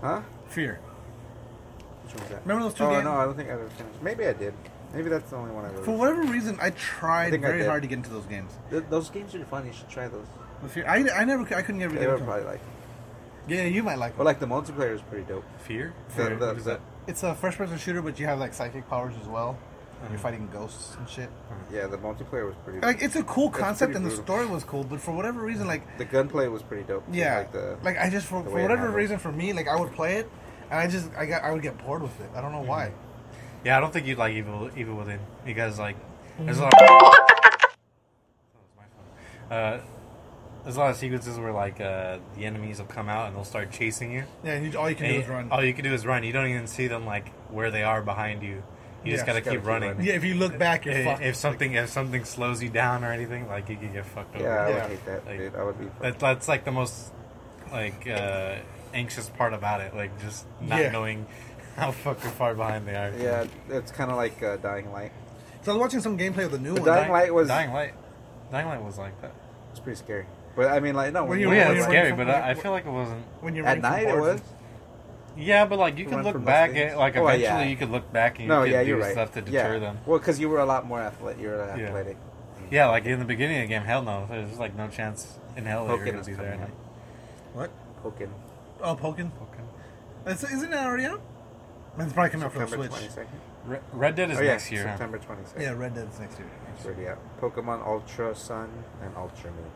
Speaker 3: Huh?
Speaker 1: Fear.
Speaker 3: Which one's that?
Speaker 1: Remember those two
Speaker 3: Oh
Speaker 1: games?
Speaker 3: no, I don't think I ever finished. Maybe I did. Maybe that's the only one I really.
Speaker 1: For whatever reason, I
Speaker 3: I
Speaker 1: tried
Speaker 3: think I
Speaker 1: very
Speaker 3: did.
Speaker 1: hard to get into those games.
Speaker 3: Th- those games are fun. You should try those.
Speaker 1: But Fear, I, I never, I couldn't get
Speaker 3: They
Speaker 1: really
Speaker 3: were
Speaker 1: into them.
Speaker 3: probably like.
Speaker 1: Yeah, you might like. Well,
Speaker 3: Well, like the multiplayer is pretty dope.
Speaker 2: Fear.
Speaker 3: The,
Speaker 2: Fear.
Speaker 3: the,
Speaker 2: What is
Speaker 3: the,
Speaker 2: that?
Speaker 1: it's a first-person shooter, but you have like psychic powers as well. and
Speaker 3: Mm.
Speaker 1: You're fighting ghosts and shit.
Speaker 3: yeah, the multiplayer was pretty.
Speaker 1: Like, it's a cool
Speaker 3: That's
Speaker 1: concept,
Speaker 3: pretty
Speaker 1: and the
Speaker 3: brutal.
Speaker 1: story was cool. But for whatever reason, like,
Speaker 3: The gunplay was pretty dope. too,
Speaker 1: yeah,
Speaker 3: Like the
Speaker 1: I just for,
Speaker 3: the
Speaker 1: for
Speaker 3: way it
Speaker 1: whatever
Speaker 3: handles.
Speaker 1: reason for me, like, I would play it, and I just, I got, I would get bored with it. I
Speaker 3: Mm-hmm.
Speaker 1: don't know why.
Speaker 2: Yeah, I don't think you'd like Evil Evil Within because like there's a lot. Of, uh, there's a lot of sequences where like uh, the enemies will come out and they'll start chasing you.
Speaker 1: Yeah, and you, all you can do
Speaker 2: And
Speaker 1: is run.
Speaker 2: All you can do is run. You don't even see them like where they are behind you. You
Speaker 1: Yeah,
Speaker 2: just gotta,
Speaker 3: just gotta
Speaker 2: keep
Speaker 3: keep
Speaker 2: running.
Speaker 3: running.
Speaker 1: yeah, if you look back, you're
Speaker 2: If,
Speaker 1: fucked.
Speaker 2: if something if something slows you down or anything, like you could get fucked over.
Speaker 3: yeah, I
Speaker 1: Yeah.
Speaker 3: would hate that,
Speaker 2: Like,
Speaker 3: dude. I would be.
Speaker 2: That, that's like the most like uh, anxious part about it, like just not
Speaker 1: Yeah.
Speaker 2: knowing how fucking far behind they are.
Speaker 3: Yeah, it's kind of like uh, Dying Light.
Speaker 1: So I was watching some gameplay of the new
Speaker 3: The
Speaker 1: one.
Speaker 3: Dying Light was-
Speaker 2: Dying Light. Dying Light was like that.
Speaker 3: It's pretty scary. But I mean, like no,
Speaker 1: When
Speaker 3: when
Speaker 1: you-
Speaker 3: you
Speaker 2: Well, yeah,
Speaker 1: when
Speaker 2: it's
Speaker 1: you're
Speaker 2: scary,
Speaker 1: running
Speaker 2: but uh,
Speaker 1: from-
Speaker 2: I, I feel like it wasn't.
Speaker 1: when you're running
Speaker 3: at
Speaker 1: from
Speaker 3: night it
Speaker 1: bars
Speaker 3: was.
Speaker 1: and-
Speaker 2: Yeah, but like you
Speaker 3: You
Speaker 2: can
Speaker 3: run
Speaker 2: look
Speaker 3: from
Speaker 2: back
Speaker 3: those things.
Speaker 2: at like
Speaker 3: Oh, yeah.
Speaker 2: eventually you could look back and you
Speaker 3: No,
Speaker 2: could
Speaker 3: yeah,
Speaker 2: do
Speaker 3: you're right.
Speaker 2: stuff to deter
Speaker 3: yeah.
Speaker 2: them.
Speaker 3: Well, because you were a lot more athletic. You were
Speaker 2: Yeah.
Speaker 3: athletic.
Speaker 2: Yeah, like in the beginning of the game, hell no, there's like no chance in hell that you're
Speaker 3: Pokken
Speaker 2: gonna
Speaker 3: is
Speaker 2: be there.
Speaker 3: coming
Speaker 2: at night.
Speaker 1: What?
Speaker 3: Pokken.
Speaker 1: Oh, Pokken.
Speaker 2: Pokken.
Speaker 1: It's, isn't that already out? It's probably coming out for the
Speaker 3: September
Speaker 1: Switch.
Speaker 3: twenty second.
Speaker 2: Re- Red Dead is
Speaker 3: Oh yeah,
Speaker 2: next year. huh?
Speaker 3: September twenty second.
Speaker 1: Yeah, Red Dead's next year.
Speaker 3: It's already out. Pokemon Ultra Sun and Ultra Moon.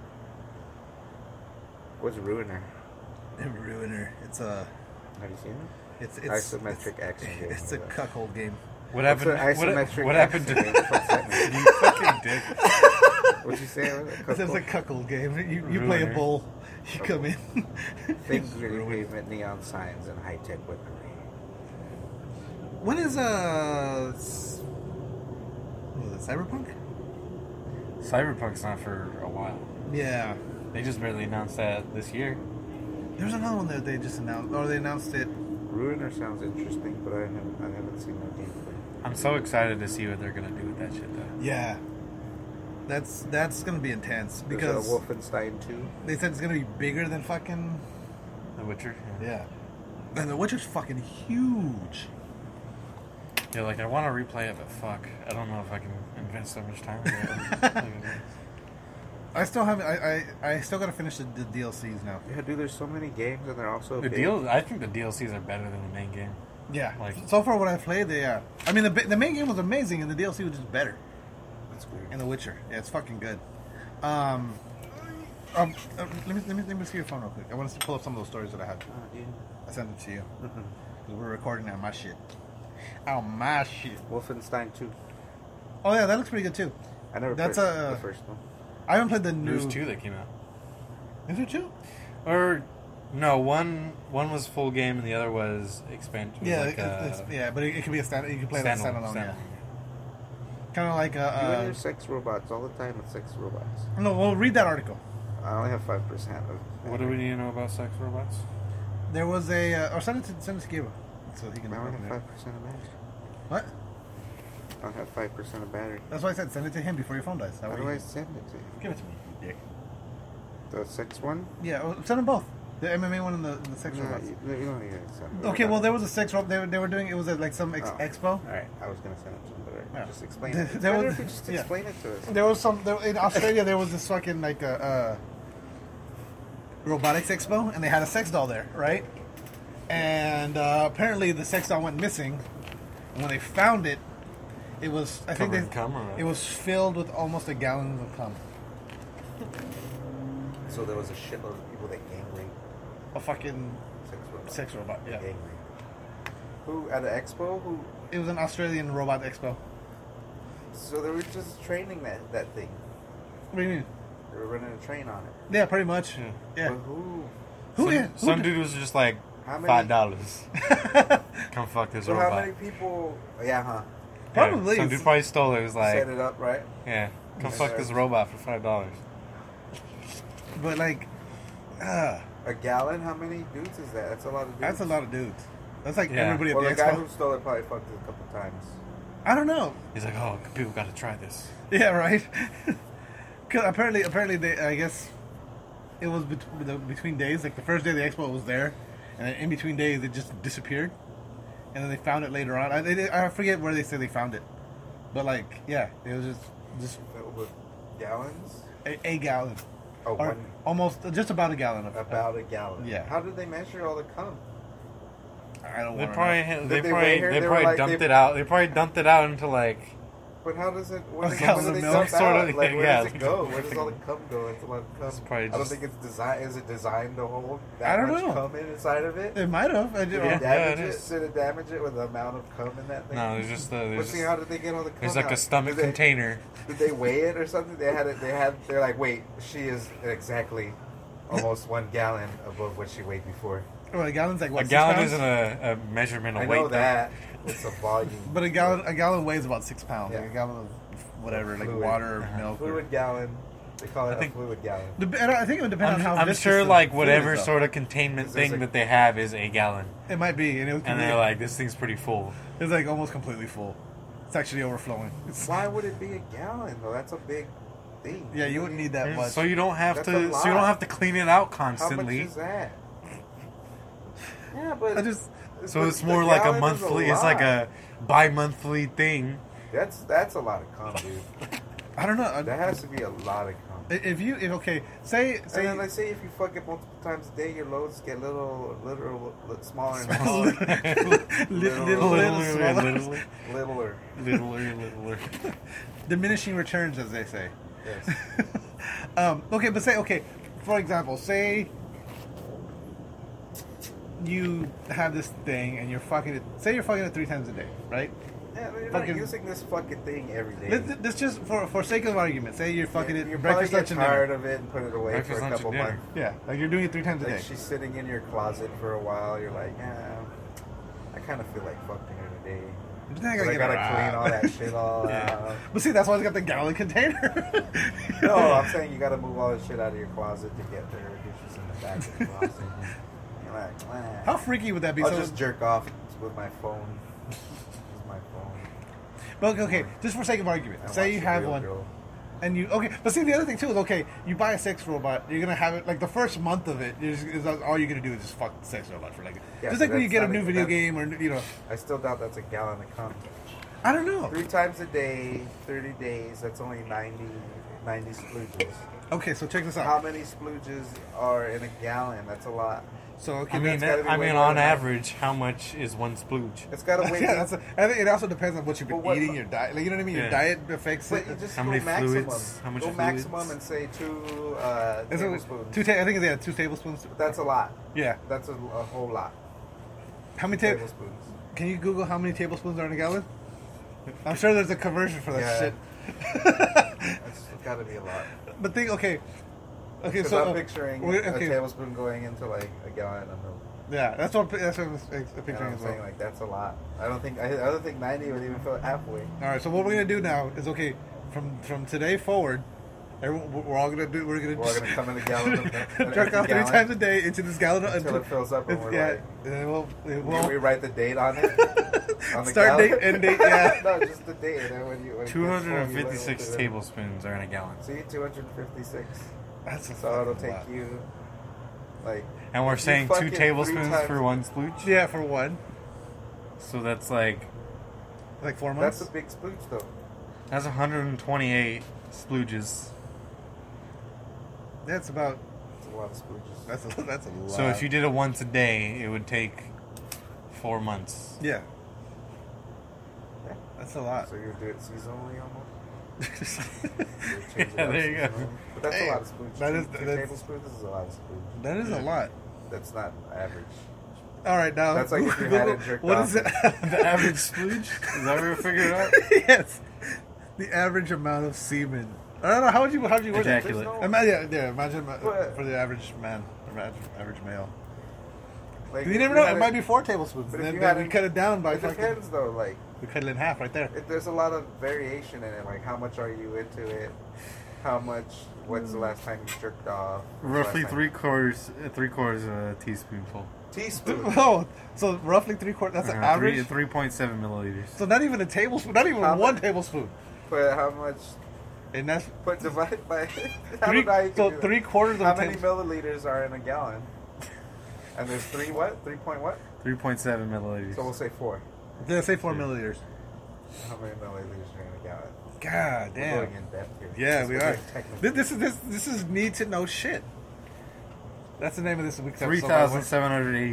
Speaker 3: What's Ruiner?
Speaker 1: Ruiner. It's a
Speaker 3: Have you seen it?
Speaker 1: It's it's
Speaker 3: Isometric
Speaker 1: it's,
Speaker 3: action game.
Speaker 1: It's a cuckold game.
Speaker 2: What
Speaker 3: What's
Speaker 2: happened?
Speaker 3: an
Speaker 2: What,
Speaker 3: isometric
Speaker 2: what happened to
Speaker 3: action game? What's that mean?
Speaker 2: you fucking dick?
Speaker 3: What'd you say?
Speaker 1: It's a cuckold game. You, you play a
Speaker 2: Ruiner.
Speaker 1: bull, you come in.
Speaker 3: Things really pavement, neon signs, and high tech weaponry.
Speaker 1: when is uh, s- what was it, Cyberpunk?
Speaker 2: Cyberpunk's not for a while.
Speaker 1: Yeah,
Speaker 2: They just barely announced that this year.
Speaker 1: there's another one that they just announced, or they announced it.
Speaker 3: Ruiner sounds interesting, but I haven't, I haven't seen no gameplay.
Speaker 2: I'm so excited to see what they're gonna do with that shit though.
Speaker 1: Yeah, that's that's gonna be intense
Speaker 3: There's
Speaker 1: because
Speaker 3: a Wolfenstein 2.
Speaker 1: they said it's gonna be bigger than fucking
Speaker 2: The Witcher.
Speaker 1: yeah. And The Witcher's fucking huge.
Speaker 2: Yeah, like I want to replay it, but fuck, I don't know if I can invest that much time. into it.
Speaker 1: I still haven't. I I, I still gotta finish the, the DLCs now.
Speaker 3: Yeah, dude, there's so many games, and they're also
Speaker 2: the
Speaker 3: big.
Speaker 2: deal, I think the DLCs are better than the main game.
Speaker 1: Yeah.
Speaker 2: Like-
Speaker 1: so far, what I played, they are. I mean, the ba- the main game was amazing, and the DLC was just better.
Speaker 3: That's weird.
Speaker 1: And The Witcher, yeah, it's fucking good. Um, um uh, let me let me let me see your phone real quick. I want to pull up some of those stories that I had.
Speaker 3: Oh, dude.
Speaker 1: I sent it to you. 'Cause We're recording on my shit. On my shit.
Speaker 3: Wolfenstein 2.
Speaker 1: Oh yeah, that looks pretty good too.
Speaker 3: I never
Speaker 1: That's
Speaker 3: played
Speaker 1: a-
Speaker 3: the first one.
Speaker 1: I haven't played the
Speaker 2: There
Speaker 1: new.
Speaker 2: was two that came out,
Speaker 1: Is there two?
Speaker 2: or no, one one was full game and the other was expansion.
Speaker 1: Yeah,
Speaker 2: like,
Speaker 1: it- it's,
Speaker 2: uh,
Speaker 1: yeah, but it, it could be a stand. You can play it as a
Speaker 2: standalone.
Speaker 1: standalone. Yeah.
Speaker 2: standalone.
Speaker 1: Kind of like
Speaker 3: Dude,
Speaker 1: a.
Speaker 3: there's sex robots all the time. It's sex robots.
Speaker 1: Uh, no, well, read that article.
Speaker 3: I only have five percent of.
Speaker 2: What do we need to know about sex robots?
Speaker 1: There was a. Uh, or send it to send it to Gabriel so he
Speaker 3: I
Speaker 1: can.
Speaker 3: only
Speaker 1: open
Speaker 3: have
Speaker 1: it.
Speaker 3: five percent of battery.
Speaker 1: What?
Speaker 3: I don't have five percent of battery.
Speaker 1: That's why I said send it to him before your phone dies. That
Speaker 3: How
Speaker 1: way
Speaker 3: do I
Speaker 1: you
Speaker 3: send it to you?
Speaker 1: give it to me, you dick.
Speaker 3: The sex one?
Speaker 1: Yeah, well, send them both. The MMA one and the, the sex
Speaker 3: No,
Speaker 1: robots.
Speaker 2: Mm,
Speaker 3: you, you don't need to send it.
Speaker 1: Okay, well, there was a sex robot. They, were- they were doing it was at like some ex-
Speaker 3: Oh.
Speaker 1: expo.
Speaker 3: All right, I was gonna send it to him, but
Speaker 1: Yeah.
Speaker 3: just explain
Speaker 1: There-
Speaker 3: it. It's
Speaker 1: there
Speaker 3: better
Speaker 1: was-
Speaker 3: if you just
Speaker 1: yeah.
Speaker 3: explain it to us.
Speaker 1: There was some there, in Australia. There was this fucking like a uh, robotics expo, and they had a sex doll there, right? And uh, apparently, the sex doll went missing. And when they found it, it was I
Speaker 2: Covered in
Speaker 1: think they,
Speaker 2: cum or what?
Speaker 1: it was filled with almost a gallon of cum.
Speaker 3: So there was a shitload of people that gang rape
Speaker 1: A fucking
Speaker 3: sex robots.
Speaker 1: sex robot. Yeah,
Speaker 3: Gang rape. Who at the expo? Who?
Speaker 1: it was an Australian robot expo.
Speaker 3: So they were just training that that thing.
Speaker 1: What do you mean?
Speaker 3: They were running a train on it.
Speaker 1: Yeah, pretty much.
Speaker 2: Yeah.
Speaker 1: Yeah.
Speaker 3: But who?
Speaker 1: Who
Speaker 2: some,
Speaker 1: yeah, who
Speaker 2: some
Speaker 1: did-
Speaker 2: dude was just like
Speaker 3: How many-
Speaker 2: five dollars. Come fuck this
Speaker 3: So
Speaker 2: robot.
Speaker 3: how many people? Yeah, huh?
Speaker 2: Yeah,
Speaker 1: Probably.
Speaker 2: some dude probably stole it. It Was like,
Speaker 3: Set it up right.
Speaker 2: yeah, come
Speaker 3: Yeah.
Speaker 2: fuck this robot for five dollars.
Speaker 1: But like, uh,
Speaker 3: A gallon? How many dudes is that? That's a lot of dudes.
Speaker 1: that's a lot of dudes. That's like
Speaker 2: Yeah.
Speaker 1: everybody at
Speaker 3: Well,
Speaker 1: the
Speaker 3: the guy
Speaker 1: expo.
Speaker 3: who stole it probably fucked it a couple times.
Speaker 1: I don't know.
Speaker 2: He's like, oh, people got to try this.
Speaker 1: Yeah, right. 'Cause apparently, apparently, they, I guess it was bet- the, between days. Like the first day the expo was there, and then in between days it just disappeared, and then they found it later on. I, they, I forget where they say they found it, but like, yeah, it was just just
Speaker 3: Filled with gallons.
Speaker 1: a, a gallon,
Speaker 3: Oh,
Speaker 1: or
Speaker 3: one
Speaker 1: almost just about a gallon of
Speaker 3: about a gallon.
Speaker 1: yeah.
Speaker 3: How did they measure all the cum?
Speaker 1: I don't
Speaker 2: They
Speaker 1: want
Speaker 2: probably,
Speaker 1: to.
Speaker 2: they,
Speaker 3: Did they
Speaker 2: probably,
Speaker 3: weigh her?
Speaker 2: they
Speaker 3: They were
Speaker 2: probably
Speaker 3: like-
Speaker 2: dumped
Speaker 3: they-
Speaker 2: it out. They probably dumped it out into like,
Speaker 3: But how does it? Where
Speaker 1: A
Speaker 3: does,
Speaker 1: gallon
Speaker 3: where do they
Speaker 1: of milk?
Speaker 3: dump
Speaker 2: Sort
Speaker 3: out?
Speaker 2: of,
Speaker 3: like, where
Speaker 2: yeah,
Speaker 3: does it
Speaker 2: like-
Speaker 3: go? Where does all the cum go? It's a lot of cum.
Speaker 2: It's probably
Speaker 3: I don't
Speaker 2: just-
Speaker 3: think it's designed. Is it designed to hold that
Speaker 1: I don't
Speaker 3: much
Speaker 1: know.
Speaker 3: cum in inside of it?
Speaker 1: They might have. I do.
Speaker 3: Did
Speaker 2: Yeah.
Speaker 3: it damage
Speaker 2: it
Speaker 3: it?
Speaker 2: is.
Speaker 3: Did it damage it with the amount of cum in that thing?
Speaker 2: no, there's just, uh,
Speaker 3: But
Speaker 2: there's,
Speaker 3: see,
Speaker 2: just-
Speaker 3: how did they get all the cum
Speaker 2: there's like
Speaker 3: out?
Speaker 2: a stomach
Speaker 3: Did they-
Speaker 2: container.
Speaker 3: Did they weigh it or something? They had it. They had. They're like, wait, she is exactly almost one gallon above what she weighed before.
Speaker 1: Well, oh, a gallon's like what?
Speaker 2: A
Speaker 1: six
Speaker 2: gallon
Speaker 1: pounds?
Speaker 2: isn't a, a measurement of
Speaker 3: I
Speaker 2: weight.
Speaker 3: know
Speaker 2: though.
Speaker 3: that. It's a volume.
Speaker 1: But a gallon, a gallon weighs about six pounds. Like
Speaker 3: Yeah.
Speaker 1: a gallon of whatever, like
Speaker 3: Fluid.
Speaker 1: water or
Speaker 2: Uh-huh.
Speaker 1: milk. Or,
Speaker 3: fluid gallon. They call
Speaker 2: I
Speaker 3: it
Speaker 2: think-
Speaker 3: a fluid gallon.
Speaker 1: Dep- and I think it would depend
Speaker 2: I'm,
Speaker 1: on how.
Speaker 2: I'm
Speaker 1: viscous
Speaker 2: sure
Speaker 1: the
Speaker 2: like
Speaker 1: fluid
Speaker 2: whatever
Speaker 1: is, though.
Speaker 2: sort of containment
Speaker 3: Because there's
Speaker 2: thing
Speaker 3: like-
Speaker 2: that they have is a gallon,
Speaker 1: It might be, and it was.
Speaker 2: and
Speaker 1: completely-
Speaker 2: they're like, this thing's pretty full.
Speaker 1: it's like almost completely full. It's actually overflowing. It's,
Speaker 3: Why would it be a gallon though? That's a big thing.
Speaker 1: yeah, you wouldn't need that much.
Speaker 2: So you don't have
Speaker 3: That's
Speaker 2: to.
Speaker 3: a
Speaker 2: So you don't
Speaker 3: lot.
Speaker 2: have to clean it out
Speaker 3: How much
Speaker 2: constantly.
Speaker 3: is that? Yeah, but
Speaker 1: I just
Speaker 2: So
Speaker 3: but
Speaker 2: it's
Speaker 3: a
Speaker 2: more like
Speaker 3: gallon
Speaker 2: a
Speaker 3: is
Speaker 2: monthly. It's like
Speaker 3: lot.
Speaker 2: a bi-monthly thing.
Speaker 3: That's that's a lot of cum, dude.
Speaker 1: I don't know. I-
Speaker 3: That has to be a lot of cum.
Speaker 1: i- if you if okay, say
Speaker 3: And
Speaker 1: say
Speaker 3: then let's say if you fuck it multiple times a day, your loads get little, little, little smaller and
Speaker 1: little
Speaker 3: smaller,
Speaker 1: little,
Speaker 3: Little,
Speaker 1: little, smaller.
Speaker 2: littler,
Speaker 3: littler.
Speaker 2: littler, littler.
Speaker 1: diminishing returns, as they say.
Speaker 3: Yes.
Speaker 1: um, okay, but say okay. For example, say you have this thing and you're fucking it. Say you're fucking it three times a day, right?
Speaker 3: Yeah, but you're
Speaker 1: Fucking-
Speaker 3: not using this fucking thing every day.
Speaker 1: Let's, let's just for for sake of argument, say you're fucking it
Speaker 3: You're
Speaker 1: breakfast,
Speaker 3: probably
Speaker 1: lunch,
Speaker 3: get
Speaker 1: and
Speaker 3: tired
Speaker 1: dinner.
Speaker 3: of it and put it away
Speaker 2: Breakfast,
Speaker 3: for a
Speaker 2: lunch,
Speaker 3: couple
Speaker 2: and dinner.
Speaker 3: months.
Speaker 1: Yeah, like you're doing it three times a
Speaker 3: Like
Speaker 1: day.
Speaker 3: she's sitting in your closet for a while. You're like, yeah, I kind of feel like fucking her today.
Speaker 1: But then I
Speaker 3: But
Speaker 1: gotta,
Speaker 3: I
Speaker 1: get
Speaker 3: gotta
Speaker 1: her out.
Speaker 3: clean all that shit all out.
Speaker 1: But see, that's why it's got the gallon container.
Speaker 3: No, I'm saying you gotta move all this shit out of your closet to get there. Because she's in the back of the closet. You're like, "Ah."
Speaker 1: How freaky would that be?
Speaker 3: I'll
Speaker 1: So-
Speaker 3: just jerk off with my phone. With my phone.
Speaker 1: But okay, just for sake of argument,
Speaker 3: I watch
Speaker 1: say you
Speaker 3: The
Speaker 1: have
Speaker 3: Real
Speaker 1: one,
Speaker 3: Girl.
Speaker 1: and you okay. But see, the other thing too is okay. You buy a sex robot, you're gonna have it like the first month of it. You're just, is all you're gonna do is just fuck the sex robot for like,
Speaker 3: Yeah,
Speaker 1: just like when you
Speaker 3: that's
Speaker 1: get a
Speaker 3: not
Speaker 1: new
Speaker 3: a-
Speaker 1: video
Speaker 3: that's-
Speaker 1: game or you know,
Speaker 3: I still doubt that's a gallon of content.
Speaker 1: I don't know.
Speaker 3: Three times a day, 30 days, that's only 90, 90 splooges.
Speaker 1: Okay, so check this
Speaker 3: How
Speaker 1: out.
Speaker 3: many splooges are in a gallon? That's a lot.
Speaker 1: So okay,
Speaker 2: I mean,
Speaker 3: that's gotta be
Speaker 2: I
Speaker 3: way
Speaker 2: mean,
Speaker 3: more
Speaker 2: on
Speaker 3: than that.
Speaker 2: average, how much is one splooge?
Speaker 3: It's gotta weigh.
Speaker 1: yeah, that's a, I think it also depends on what you've been
Speaker 3: But what-
Speaker 1: eating, your diet. Like you know what I mean. Your
Speaker 2: Yeah.
Speaker 1: diet affects
Speaker 3: but
Speaker 1: it.
Speaker 3: you just
Speaker 2: How
Speaker 3: go
Speaker 2: many
Speaker 3: maximum.
Speaker 2: fluids? How much
Speaker 3: go
Speaker 2: fluids?
Speaker 3: maximum and say two uh,
Speaker 1: Is it
Speaker 3: tablespoons.
Speaker 1: two. Ta- I think they had two tablespoons.
Speaker 3: that's a lot.
Speaker 1: yeah.
Speaker 3: That's a, a whole lot.
Speaker 1: How many tablespoons?
Speaker 3: Tablespoons.
Speaker 1: Can you Google how many tablespoons are in a gallon? I'm sure there's a conversion for that
Speaker 3: Yeah.
Speaker 1: shit.
Speaker 3: That's gotta be a lot.
Speaker 1: But think, okay, okay.
Speaker 3: Because
Speaker 1: So
Speaker 3: I'm
Speaker 1: uh,
Speaker 3: picturing
Speaker 1: we're-
Speaker 3: a tablespoon going into like a gallon of milk.
Speaker 1: Yeah, that's what that's what I'm ex- ex-
Speaker 3: You know what
Speaker 1: picturing
Speaker 3: I'm
Speaker 1: as well.
Speaker 3: saying? Like that's a lot. I don't think I, I don't think 90 would even feel halfway.
Speaker 1: all right, so what we're gonna do now is okay. From from today forward, everyone, we're- we're all gonna do. We're gonna
Speaker 3: We're all
Speaker 1: just
Speaker 3: gonna come in a gallon of milk, an
Speaker 1: jerk
Speaker 3: empty
Speaker 1: off three
Speaker 3: gallon,
Speaker 1: times a day into this gallon of-
Speaker 3: until it fills up and
Speaker 1: it's-
Speaker 3: we're
Speaker 1: yeah,
Speaker 3: like-
Speaker 1: and then we'll, it
Speaker 3: Well,
Speaker 1: will-
Speaker 3: Can we write the date on it? On the
Speaker 1: Start date,
Speaker 3: gallon?
Speaker 1: end date, yeah.
Speaker 3: no, just the date. And then when you, when it gets full,
Speaker 2: Two
Speaker 3: you
Speaker 2: hundred and
Speaker 3: let it
Speaker 2: fifty-six
Speaker 3: sit in.
Speaker 2: tablespoons are in a gallon,
Speaker 3: See, 256.
Speaker 1: that's a
Speaker 3: So it'll
Speaker 1: fucking
Speaker 3: take
Speaker 1: lot.
Speaker 3: you, like,
Speaker 2: and we're
Speaker 3: if you
Speaker 2: saying
Speaker 3: fuck
Speaker 2: two
Speaker 3: it three
Speaker 2: tablespoons
Speaker 3: times-
Speaker 2: for one splooge.
Speaker 1: Yeah, for one,
Speaker 2: So that's like
Speaker 1: like four months.
Speaker 3: that's a big splooge though.
Speaker 2: that's one hundred and twenty-eight splooges.
Speaker 1: That's about.
Speaker 3: It's a lot of splooges.
Speaker 1: That's a, that's a lot.
Speaker 2: So if you did it once a day, it would take four months.
Speaker 1: yeah, that's a lot.
Speaker 3: So you do it seasonally almost? You change it
Speaker 2: Yeah,
Speaker 3: up
Speaker 2: there you go.
Speaker 3: seasonally? But that's a lot of
Speaker 1: That
Speaker 3: splooges. That
Speaker 1: is-
Speaker 3: is, two,
Speaker 1: that's-
Speaker 3: tablespoons is a lot of splooges.
Speaker 1: that is a lot.
Speaker 3: That's not average.
Speaker 1: All right, now
Speaker 3: That's like if you had it jerked
Speaker 1: what
Speaker 3: off.
Speaker 1: is it?
Speaker 2: the average splooge? Is that what we figured out?
Speaker 1: yes, the average amount of semen. I don't know how would you how would you word that?
Speaker 2: Ejaculate.
Speaker 3: There's
Speaker 1: Imagine, yeah, yeah, imagine uh,
Speaker 3: But-
Speaker 1: for the average man, average, average male.
Speaker 3: Like,
Speaker 1: You
Speaker 3: if
Speaker 1: never know.
Speaker 3: had
Speaker 1: It might be four tablespoons.
Speaker 3: but
Speaker 1: And
Speaker 3: if
Speaker 1: then
Speaker 3: you
Speaker 1: then
Speaker 3: had
Speaker 1: we
Speaker 3: it-
Speaker 1: cut it down by
Speaker 3: It
Speaker 1: fucking.
Speaker 3: depends though. Like,
Speaker 1: We cut it in half right there.
Speaker 3: it, there's a lot of variation in it. Like, how much are you into it? How much? When's
Speaker 1: Hmm.
Speaker 3: the last time you jerked off?
Speaker 2: Roughly
Speaker 3: Last time-
Speaker 2: three quarters, uh, three quarters of a teaspoonful.
Speaker 3: teaspoons.
Speaker 1: Oh, so roughly three quarters. That's an
Speaker 2: Uh, three-
Speaker 1: average.
Speaker 2: 3.7 milliliters.
Speaker 1: So not even a tablespoon. Not even
Speaker 3: How
Speaker 1: one
Speaker 3: much?
Speaker 1: tablespoon.
Speaker 3: But how much?
Speaker 1: And that's
Speaker 3: But divided by I
Speaker 1: Three-
Speaker 3: don't know how you can
Speaker 1: so
Speaker 3: do that.
Speaker 1: three quarters of
Speaker 3: How
Speaker 1: a
Speaker 3: many
Speaker 1: tablespoon.
Speaker 3: milliliters are in a gallon? And there's three what? Three point what?
Speaker 2: 3.7 milliliters.
Speaker 3: So we'll say four.
Speaker 1: Did I say four
Speaker 2: Yeah.
Speaker 1: milliliters?
Speaker 3: How many milliliters are in a gallon?
Speaker 1: God
Speaker 3: We're
Speaker 1: damn.
Speaker 3: going in depth here.
Speaker 1: Yeah,
Speaker 3: This
Speaker 1: we
Speaker 3: is
Speaker 1: are.
Speaker 3: technical.
Speaker 1: This, this is this this is need to know shit. That's the name of this week's episode, by the way.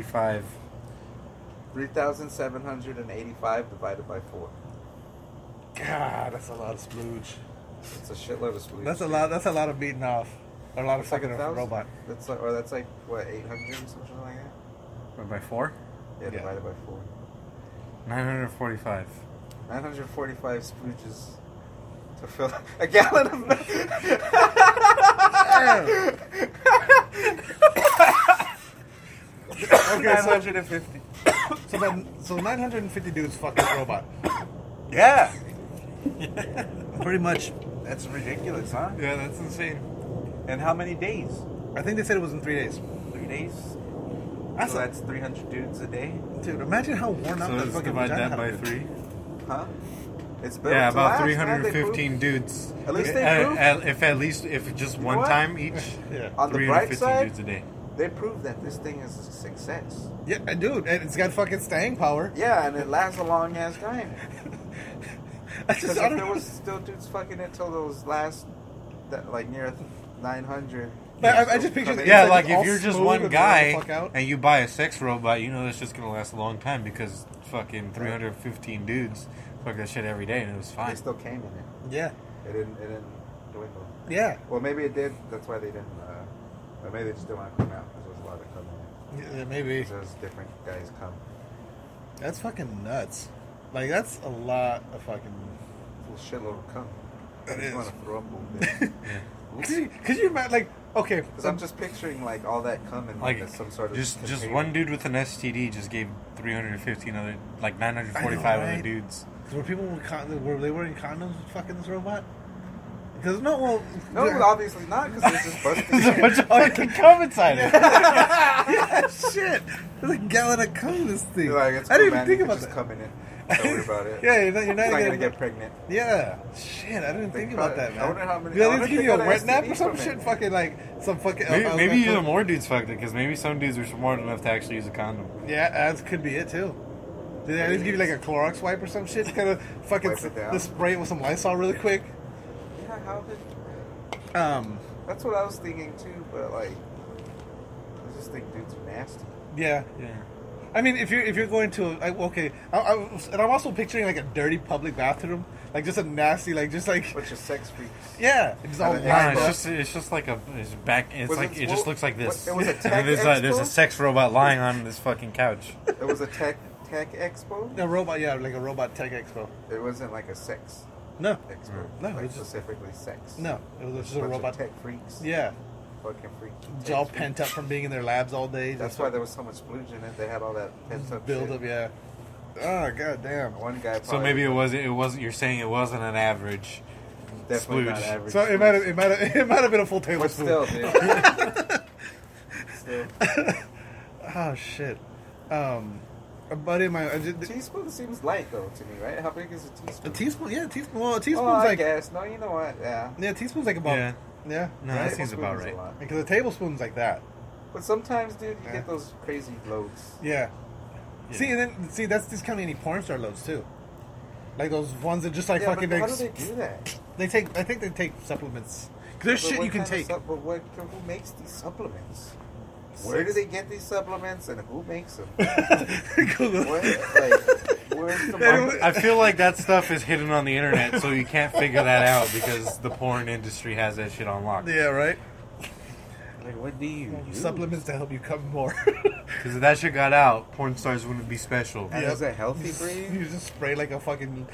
Speaker 2: 3,785.
Speaker 3: 3,785 divided by 4.
Speaker 1: God, that's a lot of splooge.
Speaker 3: It's a shitload of splooge.
Speaker 1: That's a lot. That's a lot of beating off, or a lot of
Speaker 3: That's like
Speaker 1: fucking
Speaker 3: a
Speaker 1: off a
Speaker 3: thousand.
Speaker 1: robot.
Speaker 3: That's like, or that's like, what, 800 or something like that?
Speaker 2: What, By 4?
Speaker 3: Yeah,
Speaker 1: Yeah.
Speaker 3: divided by 4.
Speaker 2: 945.
Speaker 3: 945 splooges to fill a gallon of milk.
Speaker 1: Okay, so,
Speaker 2: 950.
Speaker 1: so then, so 950 dudes fuck this robot. Yeah, pretty much.
Speaker 3: That's ridiculous, huh?
Speaker 2: Yeah, that's insane.
Speaker 3: And how many days?
Speaker 1: I think they said it was in three days.
Speaker 3: Three days.
Speaker 1: That's
Speaker 3: so
Speaker 1: a-
Speaker 3: that's 300 dudes a day,
Speaker 1: dude. Imagine how worn out
Speaker 2: So
Speaker 1: that
Speaker 2: let's
Speaker 1: fucking
Speaker 2: divide
Speaker 1: vagina
Speaker 2: that by
Speaker 1: had been.
Speaker 2: 3.
Speaker 3: huh? It's built
Speaker 2: Yeah,
Speaker 3: to
Speaker 2: about
Speaker 3: last, man. They
Speaker 2: 315 dudes.
Speaker 3: At least they
Speaker 2: Uh,
Speaker 3: proved-
Speaker 2: at- If at least, if just
Speaker 3: know
Speaker 2: one
Speaker 3: what?
Speaker 2: time each,
Speaker 3: proved-
Speaker 1: Yeah,
Speaker 3: On the bright
Speaker 2: 315
Speaker 3: side,
Speaker 2: dudes a day.
Speaker 3: they proved that this thing is a success.
Speaker 1: yeah, and dude, and it's got fucking staying power.
Speaker 3: Yeah, and it lasts a long ass time.
Speaker 1: I
Speaker 3: Because
Speaker 1: just, I
Speaker 3: if
Speaker 1: don't
Speaker 3: there
Speaker 1: know.
Speaker 3: was still dudes fucking it till those last, that, like near 900.
Speaker 1: But I-
Speaker 3: dudes
Speaker 1: I just
Speaker 3: will
Speaker 1: picture
Speaker 3: come in.
Speaker 1: It's
Speaker 2: Yeah,
Speaker 1: like
Speaker 2: like,
Speaker 1: all
Speaker 2: if you're just
Speaker 1: smooth
Speaker 2: one
Speaker 1: and
Speaker 2: guy
Speaker 1: roll the fuck out.
Speaker 2: and you buy a sex robot, you know that's just gonna last a long time because fucking 315 dudes fuck that shit every day and it was
Speaker 3: They
Speaker 2: fine.
Speaker 3: still came in it.
Speaker 1: Yeah,
Speaker 3: It didn't. It didn't dwindle.
Speaker 1: yeah.
Speaker 3: Well, maybe it did. That's why they didn't. Uh, or maybe they just didn't want to come out because there was a lot of coming in.
Speaker 1: Yeah, maybe.
Speaker 3: Those different guys come.
Speaker 1: That's fucking nuts. Like that's a lot of fucking.
Speaker 3: Full shitload of cum. I
Speaker 1: That
Speaker 3: just
Speaker 1: is.
Speaker 3: want to throw up a little bit.
Speaker 1: Cause you, cause you imagine like okay,
Speaker 3: Because
Speaker 1: so
Speaker 3: I'm just picturing like all that cum in like,
Speaker 2: Like
Speaker 3: some sort of
Speaker 2: just just
Speaker 3: container.
Speaker 2: one dude with an STD just gave 315 other like 945
Speaker 1: I know,
Speaker 2: other
Speaker 1: right?
Speaker 2: dudes.
Speaker 1: were people with con- were they wearing condoms with fucking this robot? Because no, well,
Speaker 3: No,
Speaker 1: yeah.
Speaker 3: obviously not because it's just
Speaker 2: There's a
Speaker 3: busted.
Speaker 2: bunch of fucking cum inside it.
Speaker 1: yeah, shit. There's a gallon of cum in this thing.
Speaker 3: like, it's
Speaker 1: I
Speaker 3: cool,
Speaker 1: didn't
Speaker 3: man,
Speaker 1: even think
Speaker 3: you can
Speaker 1: about
Speaker 3: just
Speaker 1: that.
Speaker 3: Come in it. Don't worry about it.
Speaker 1: Yeah, you're not, you're
Speaker 3: You're
Speaker 1: not
Speaker 3: not gonna
Speaker 1: gonna
Speaker 3: get pregnant.
Speaker 1: Yeah, shit. I didn't think, about that,
Speaker 3: probably-
Speaker 1: man.
Speaker 3: I wonder how many-
Speaker 1: Did
Speaker 3: I
Speaker 1: they
Speaker 3: wonder
Speaker 1: just
Speaker 3: if
Speaker 1: give
Speaker 3: they
Speaker 1: you a
Speaker 3: got
Speaker 1: wet nap
Speaker 3: STD
Speaker 1: or some
Speaker 3: from it.
Speaker 1: shit? Fucking like some fucking.
Speaker 2: Maybe,
Speaker 1: uh,
Speaker 2: maybe
Speaker 1: uh,
Speaker 2: even more dudes fucked it because maybe some dudes are smart enough to actually use a condom.
Speaker 1: Yeah, that could be it too. Did they at least give you like a Clorox wipe or some shit? Kind of fucking
Speaker 3: Wipe it
Speaker 1: s-
Speaker 3: down.
Speaker 1: just spray it with some Lysol really quick.
Speaker 3: Yeah, how did?
Speaker 1: Um,
Speaker 3: That's what I was thinking too, but like, I just think dudes are nasty.
Speaker 1: yeah.
Speaker 2: Yeah.
Speaker 1: I mean, if you're if you're going to a, like, okay, I, I was- and I'm also picturing like a dirty public bathroom, like just a nasty, like just like
Speaker 3: Bunch of sex freaks.
Speaker 1: yeah, it's all
Speaker 3: Have an
Speaker 2: No,
Speaker 1: lined
Speaker 2: it's
Speaker 1: up.
Speaker 2: just it's just like a it's back. It's
Speaker 3: Was it
Speaker 2: like it, just
Speaker 3: wo-
Speaker 2: looks like this.
Speaker 3: what- it was a
Speaker 2: And then there's
Speaker 3: tech
Speaker 2: a there's
Speaker 3: expo?
Speaker 2: a sex robot lying on this fucking couch.
Speaker 3: It was a tech tech expo.
Speaker 1: a robot, yeah, like a robot tech expo.
Speaker 3: It wasn't like a sex
Speaker 1: No,
Speaker 3: expo.
Speaker 1: No, it
Speaker 3: like
Speaker 1: was just-
Speaker 3: specifically sex.
Speaker 1: no, it was just a
Speaker 3: Bunch of
Speaker 1: robot.
Speaker 3: tech freaks.
Speaker 1: Yeah,
Speaker 3: Fucking freaky.
Speaker 1: It's
Speaker 3: tech
Speaker 1: all
Speaker 3: freaks.
Speaker 1: pent up from being in their labs all day.
Speaker 3: That's why there was so much splooge in it. They had all that pent up
Speaker 1: build
Speaker 3: shit.
Speaker 1: up. Yeah. Oh god damn.
Speaker 3: One guy.
Speaker 2: So
Speaker 3: probably-
Speaker 2: maybe it was it wasn't. You're saying it wasn't an average.
Speaker 3: definitely not
Speaker 2: splooge.
Speaker 3: average.
Speaker 1: So it
Speaker 3: splooge.
Speaker 1: might have it might have it might have been a full
Speaker 3: But
Speaker 1: tablespoon.
Speaker 3: still, dude. still.
Speaker 1: Oh shit. Um, a buddy of mine. I
Speaker 3: A
Speaker 1: just,
Speaker 3: teaspoon seems light though to me, right? How big is a
Speaker 1: a
Speaker 3: teaspoon?
Speaker 1: teaspoon. Yeah, a teaspoon. Well, a
Speaker 3: oh,
Speaker 1: teaspoon's
Speaker 3: I
Speaker 1: like
Speaker 3: guess. No, you know what? Yeah.
Speaker 1: yeah, a teaspoon's like about
Speaker 2: Yeah.
Speaker 1: yeah.
Speaker 2: No,
Speaker 1: right?
Speaker 2: that seems about
Speaker 3: Tablespoon's
Speaker 2: right.
Speaker 3: a lot.
Speaker 1: Because a tablespoon's like that.
Speaker 3: But sometimes, dude, you
Speaker 1: Yeah.
Speaker 3: get those crazy loads.
Speaker 1: Yeah.
Speaker 2: Yeah.
Speaker 1: See, and then see that's discounting any porn star loads too. Like those ones that just like
Speaker 3: yeah,
Speaker 1: fucking.
Speaker 3: but how
Speaker 1: Like,
Speaker 3: do
Speaker 1: they,
Speaker 3: they do that?
Speaker 1: take. I think they take supplements. 'Cause there's
Speaker 3: But
Speaker 1: shit
Speaker 3: what
Speaker 1: you can
Speaker 3: kind of
Speaker 1: take.
Speaker 3: sup- but what, who makes these supplements? Where do
Speaker 1: Sex.
Speaker 3: they get these supplements and who makes them?
Speaker 1: Google.
Speaker 3: Where, like, where's the
Speaker 1: Anyway.
Speaker 3: market?
Speaker 2: I feel like that stuff is hidden on the internet, so you can't figure that out because the porn industry has that shit on lock.
Speaker 1: Yeah, right.
Speaker 3: Like, what do you use?
Speaker 1: Supplements to help you come more.
Speaker 2: Because if that shit got out, porn stars wouldn't be special.
Speaker 3: And
Speaker 1: Yep.
Speaker 3: is it healthy for you?
Speaker 1: you just spray like a fucking.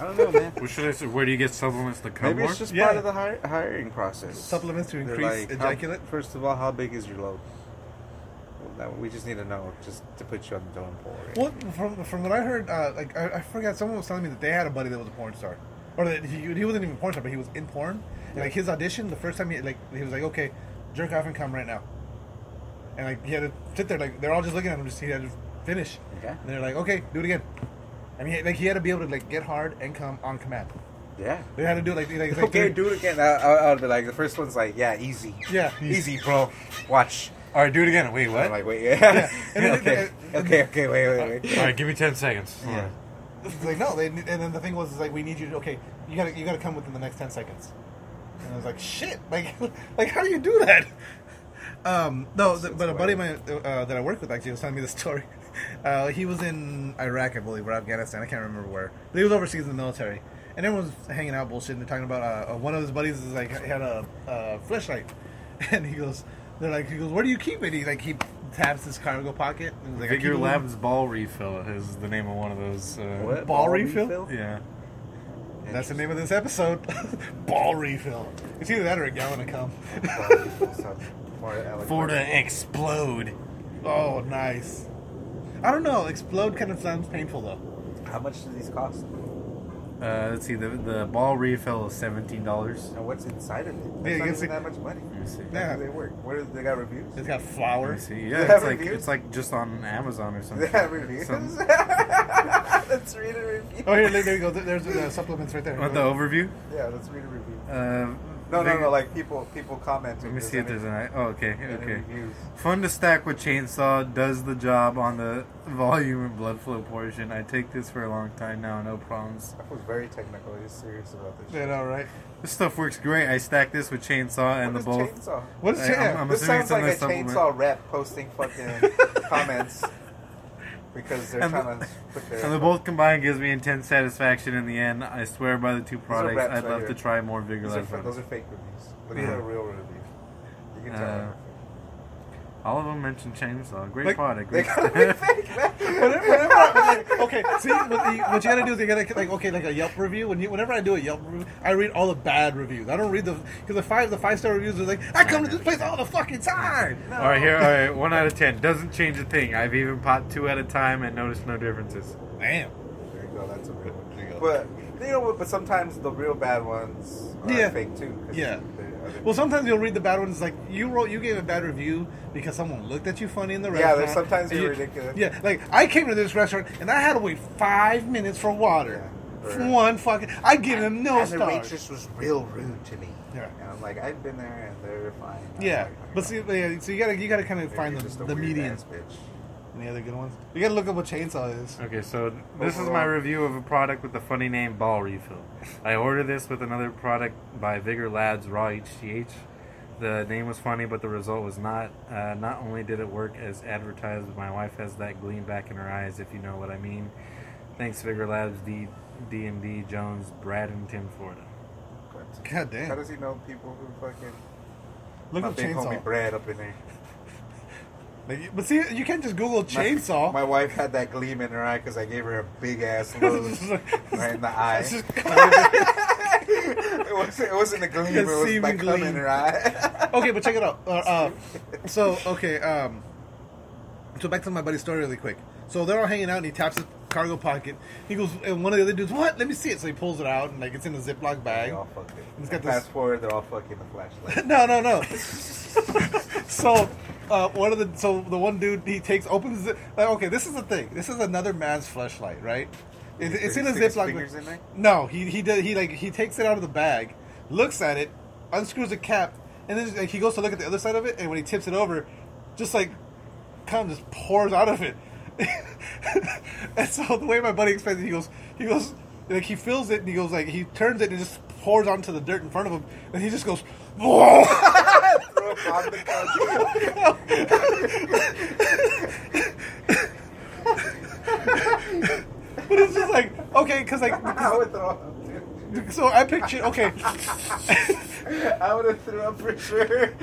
Speaker 3: I don't know, man.
Speaker 2: What should I say? Where do you get supplements to come
Speaker 3: Maybe
Speaker 2: more?
Speaker 3: it's just
Speaker 1: Yeah.
Speaker 3: part of the hir- hiring process.
Speaker 1: Supplements to
Speaker 3: They're
Speaker 1: increase
Speaker 3: like, how-
Speaker 1: ejaculate?
Speaker 3: first of all, how big is your load? Well, that- we just need to know, just to put you on the donor pool. right?
Speaker 1: What from from what I heard, uh, like I, I forgot, someone was telling me that they had a buddy that was a porn star, or that he, he wasn't even a porn star, but he was in porn. And, like his audition, the first time he like he was like, okay, jerk off and come right now, and like he had to sit there, like they're all just looking at him, just he had to finish.
Speaker 3: Okay.
Speaker 1: And they're like, okay, do it again. I mean, like he had to be able to like get hard and come on command.
Speaker 3: Yeah.
Speaker 1: They had to do like, they- like, like
Speaker 3: Okay, do it again. I, I, I'll be like, the first one's like, yeah, easy.
Speaker 1: Yeah.
Speaker 3: Easy, bro. Watch.
Speaker 2: All right, do it again. Wait,
Speaker 3: I'm
Speaker 2: what?
Speaker 3: like, wait, yeah.
Speaker 1: And then-
Speaker 3: okay. okay, okay, wait, wait,
Speaker 2: All
Speaker 3: wait.
Speaker 2: right, give me ten seconds. All right.
Speaker 1: It's like no, they, and then the thing was is like we need you to okay, you gotta you gotta come within the next ten seconds. And I was like, shit, like like how do you do that? Um, no, th- but a buddy of mine uh, that I work with actually was telling me this story. Uh, he was in Iraq, I believe, or Afghanistan. I can't remember where. But he was overseas in the military, and everyone was hanging out, bullshitting. They're talking about uh, uh, one of his buddies is like had a uh, flashlight, and he goes, they're like, he goes, where do you keep it? He like he taps his cargo pocket. And he's like, I keep it
Speaker 2: Figure
Speaker 1: in-
Speaker 2: Labs Ball Refill is the name of one of those. Uh,
Speaker 3: What?
Speaker 1: Ball refill?
Speaker 2: Yeah.
Speaker 1: That's the name of this episode. Ball refill. It's either that or a gallon of cum.
Speaker 3: Florida.
Speaker 2: Florida explode.
Speaker 1: Oh, nice. I don't know. Explode kind of sounds painful though.
Speaker 3: How much do these cost?
Speaker 2: Uh, let's see. The the ball refill is seventeen dollars.
Speaker 3: And what's inside of it? That's
Speaker 1: Yeah, you
Speaker 3: not
Speaker 1: can
Speaker 3: even
Speaker 1: see-
Speaker 3: that much money.
Speaker 2: Let me see.
Speaker 1: Yeah.
Speaker 3: How do they work? Where do they got reviews?
Speaker 1: It's got
Speaker 2: Let
Speaker 1: flour.
Speaker 2: me see.
Speaker 3: They
Speaker 2: Yeah,
Speaker 3: have
Speaker 2: it's like
Speaker 3: reviews?
Speaker 2: it's like just on Amazon or
Speaker 3: They
Speaker 2: something.
Speaker 3: have reviews.
Speaker 2: Some-
Speaker 3: let's read a review.
Speaker 1: Oh, here, there you go. There's uh, supplements right there.
Speaker 2: want the overview?
Speaker 3: Yeah, let's read a review.
Speaker 2: Uh,
Speaker 3: No, no,
Speaker 2: big-
Speaker 3: no. Like people, people commenting.
Speaker 2: Let me
Speaker 3: Does
Speaker 2: see if
Speaker 3: any-
Speaker 2: there's an. I- Oh, okay,
Speaker 3: any
Speaker 2: okay.
Speaker 3: reviews?
Speaker 2: Fun to stack with chainsaw. Does the job on the volume and blood flow portion. I take this for a long time now. No problems.
Speaker 3: That was very technical. He's serious about this.
Speaker 1: You
Speaker 3: shit.
Speaker 1: know, right?
Speaker 2: This stuff works great. I stack this with chainsaw and
Speaker 3: What
Speaker 2: the
Speaker 3: is
Speaker 2: bowl.
Speaker 3: chainsaw?
Speaker 1: What is
Speaker 2: I- I'm-
Speaker 1: chain-
Speaker 2: I'm
Speaker 3: this
Speaker 2: assuming it's
Speaker 3: sounds
Speaker 2: in
Speaker 3: like a
Speaker 2: the supplement.
Speaker 3: chainsaw rep posting fucking comments because they're
Speaker 2: And the-
Speaker 3: trying to put their.
Speaker 2: And the both combined gives me intense satisfaction in the end. I swear by the two products.
Speaker 3: reps
Speaker 2: I'd
Speaker 3: right
Speaker 2: love
Speaker 3: here.
Speaker 2: to try more
Speaker 3: those,
Speaker 2: vigor
Speaker 3: are,
Speaker 2: life.
Speaker 3: fa- those are fake reviews. Look
Speaker 2: Yeah.
Speaker 3: at a real review. You can tell.
Speaker 2: Uh, all of them mentioned chainsaw. Great
Speaker 1: Like,
Speaker 2: product.
Speaker 3: they
Speaker 2: Great
Speaker 3: gotta be
Speaker 2: product.
Speaker 3: fake, man.
Speaker 1: whenever, whenever I, like, okay, see what, you, what you gotta do is you gotta like okay, like a Yelp review. When you, whenever I do a Yelp review, I read all the bad reviews. I don't read the because the five the five star reviews are like I come to this place all the fucking time.
Speaker 3: No.
Speaker 2: All right, here. All right, one out of ten doesn't change a thing. I've even popped two at a time and noticed no differences.
Speaker 1: Damn.
Speaker 3: There you go. That's a real one.
Speaker 1: There you go.
Speaker 3: But you know what? But sometimes the real bad ones are
Speaker 1: Yeah.
Speaker 3: fake too. 'cause
Speaker 1: Yeah.
Speaker 3: they're- they're-
Speaker 1: Well, sometimes you'll read the bad ones. Like you wrote, you gave a bad review because someone looked at you funny in the
Speaker 3: yeah,
Speaker 1: restaurant.
Speaker 3: there's sometimes
Speaker 1: And
Speaker 3: they're
Speaker 1: you-
Speaker 3: ridiculous.
Speaker 1: Yeah, like I came to this restaurant and I had to wait five minutes for water.
Speaker 3: Yeah.
Speaker 1: For One fucking, I give them no
Speaker 3: and the
Speaker 1: stars.
Speaker 3: waitress was real rude to me.
Speaker 1: Yeah.
Speaker 3: And I'm like, I've been there and they're fine. I'm
Speaker 1: Yeah,
Speaker 3: like,
Speaker 1: but see, but yeah, so you gotta you gotta kind of
Speaker 3: maybe
Speaker 1: find
Speaker 3: just
Speaker 1: the,
Speaker 3: a
Speaker 1: the
Speaker 3: weird
Speaker 1: median.
Speaker 3: ass bitch.
Speaker 1: Any other good ones? You gotta look up what chainsaw is.
Speaker 2: Okay, so this is my
Speaker 3: Overall.
Speaker 2: review of a product with the funny name Ball Refill. I ordered this with another product by Vigor Labs Raw HGH. The name was funny, but the result was not. Uh, not only did it work as advertised, but my wife has that gleam back in her eyes, if you know what I mean. Thanks, Vigor Labs, D, DMD, Jones, Brad, and Tim Florida.
Speaker 3: But
Speaker 1: God
Speaker 3: How
Speaker 1: damn!
Speaker 3: does he know people who fucking
Speaker 1: Look
Speaker 3: my
Speaker 1: up
Speaker 3: big homie
Speaker 1: chainsaw.
Speaker 3: Brad up in there?
Speaker 1: Like, but see, you can't just Google
Speaker 3: My-
Speaker 1: chainsaw.
Speaker 3: My, wife had that gleam in her eye because I gave her a big ass nose right in the eye.
Speaker 1: It's just-
Speaker 3: it, wasn't, it wasn't a gleam.
Speaker 1: A
Speaker 3: It was
Speaker 1: seeming
Speaker 3: like cum
Speaker 1: gleam.
Speaker 3: in her eye.
Speaker 1: okay, but check it out. Uh, uh, so okay, um, so back to my buddy's story really quick. So they're all hanging out, and he taps his cargo pocket. He goes, and one of the other dudes, what? Let me see it. So he pulls it out, and like it's in a Ziploc
Speaker 3: they
Speaker 1: bag.
Speaker 3: all fucked it.
Speaker 1: He's got
Speaker 3: Fast
Speaker 1: this-
Speaker 3: forward, they're all fucking the flashlight.
Speaker 1: No, no, no. so, uh, one of the so the one dude he takes opens it. Like, okay, this is the thing. This is another man's flashlight, right? It,
Speaker 3: Did he
Speaker 1: it's in a
Speaker 3: stick his
Speaker 1: ziploc.
Speaker 3: fingers in there?
Speaker 1: No, he he did he like he takes it out of the bag, looks at it, unscrews the cap, and then like, he goes to look at the other side of it. And when he tips it over, just like cum just pours out of it. and so the way my buddy explains it, he goes, he goes, like he fills it and he goes like he turns it and it just pours onto the dirt in front of him, and he just goes, whoa.
Speaker 3: Throw it on the couch.
Speaker 1: But it's just like okay, because like
Speaker 3: I would throw up. dude.
Speaker 1: so I picture okay,
Speaker 3: I would have threw up for sure.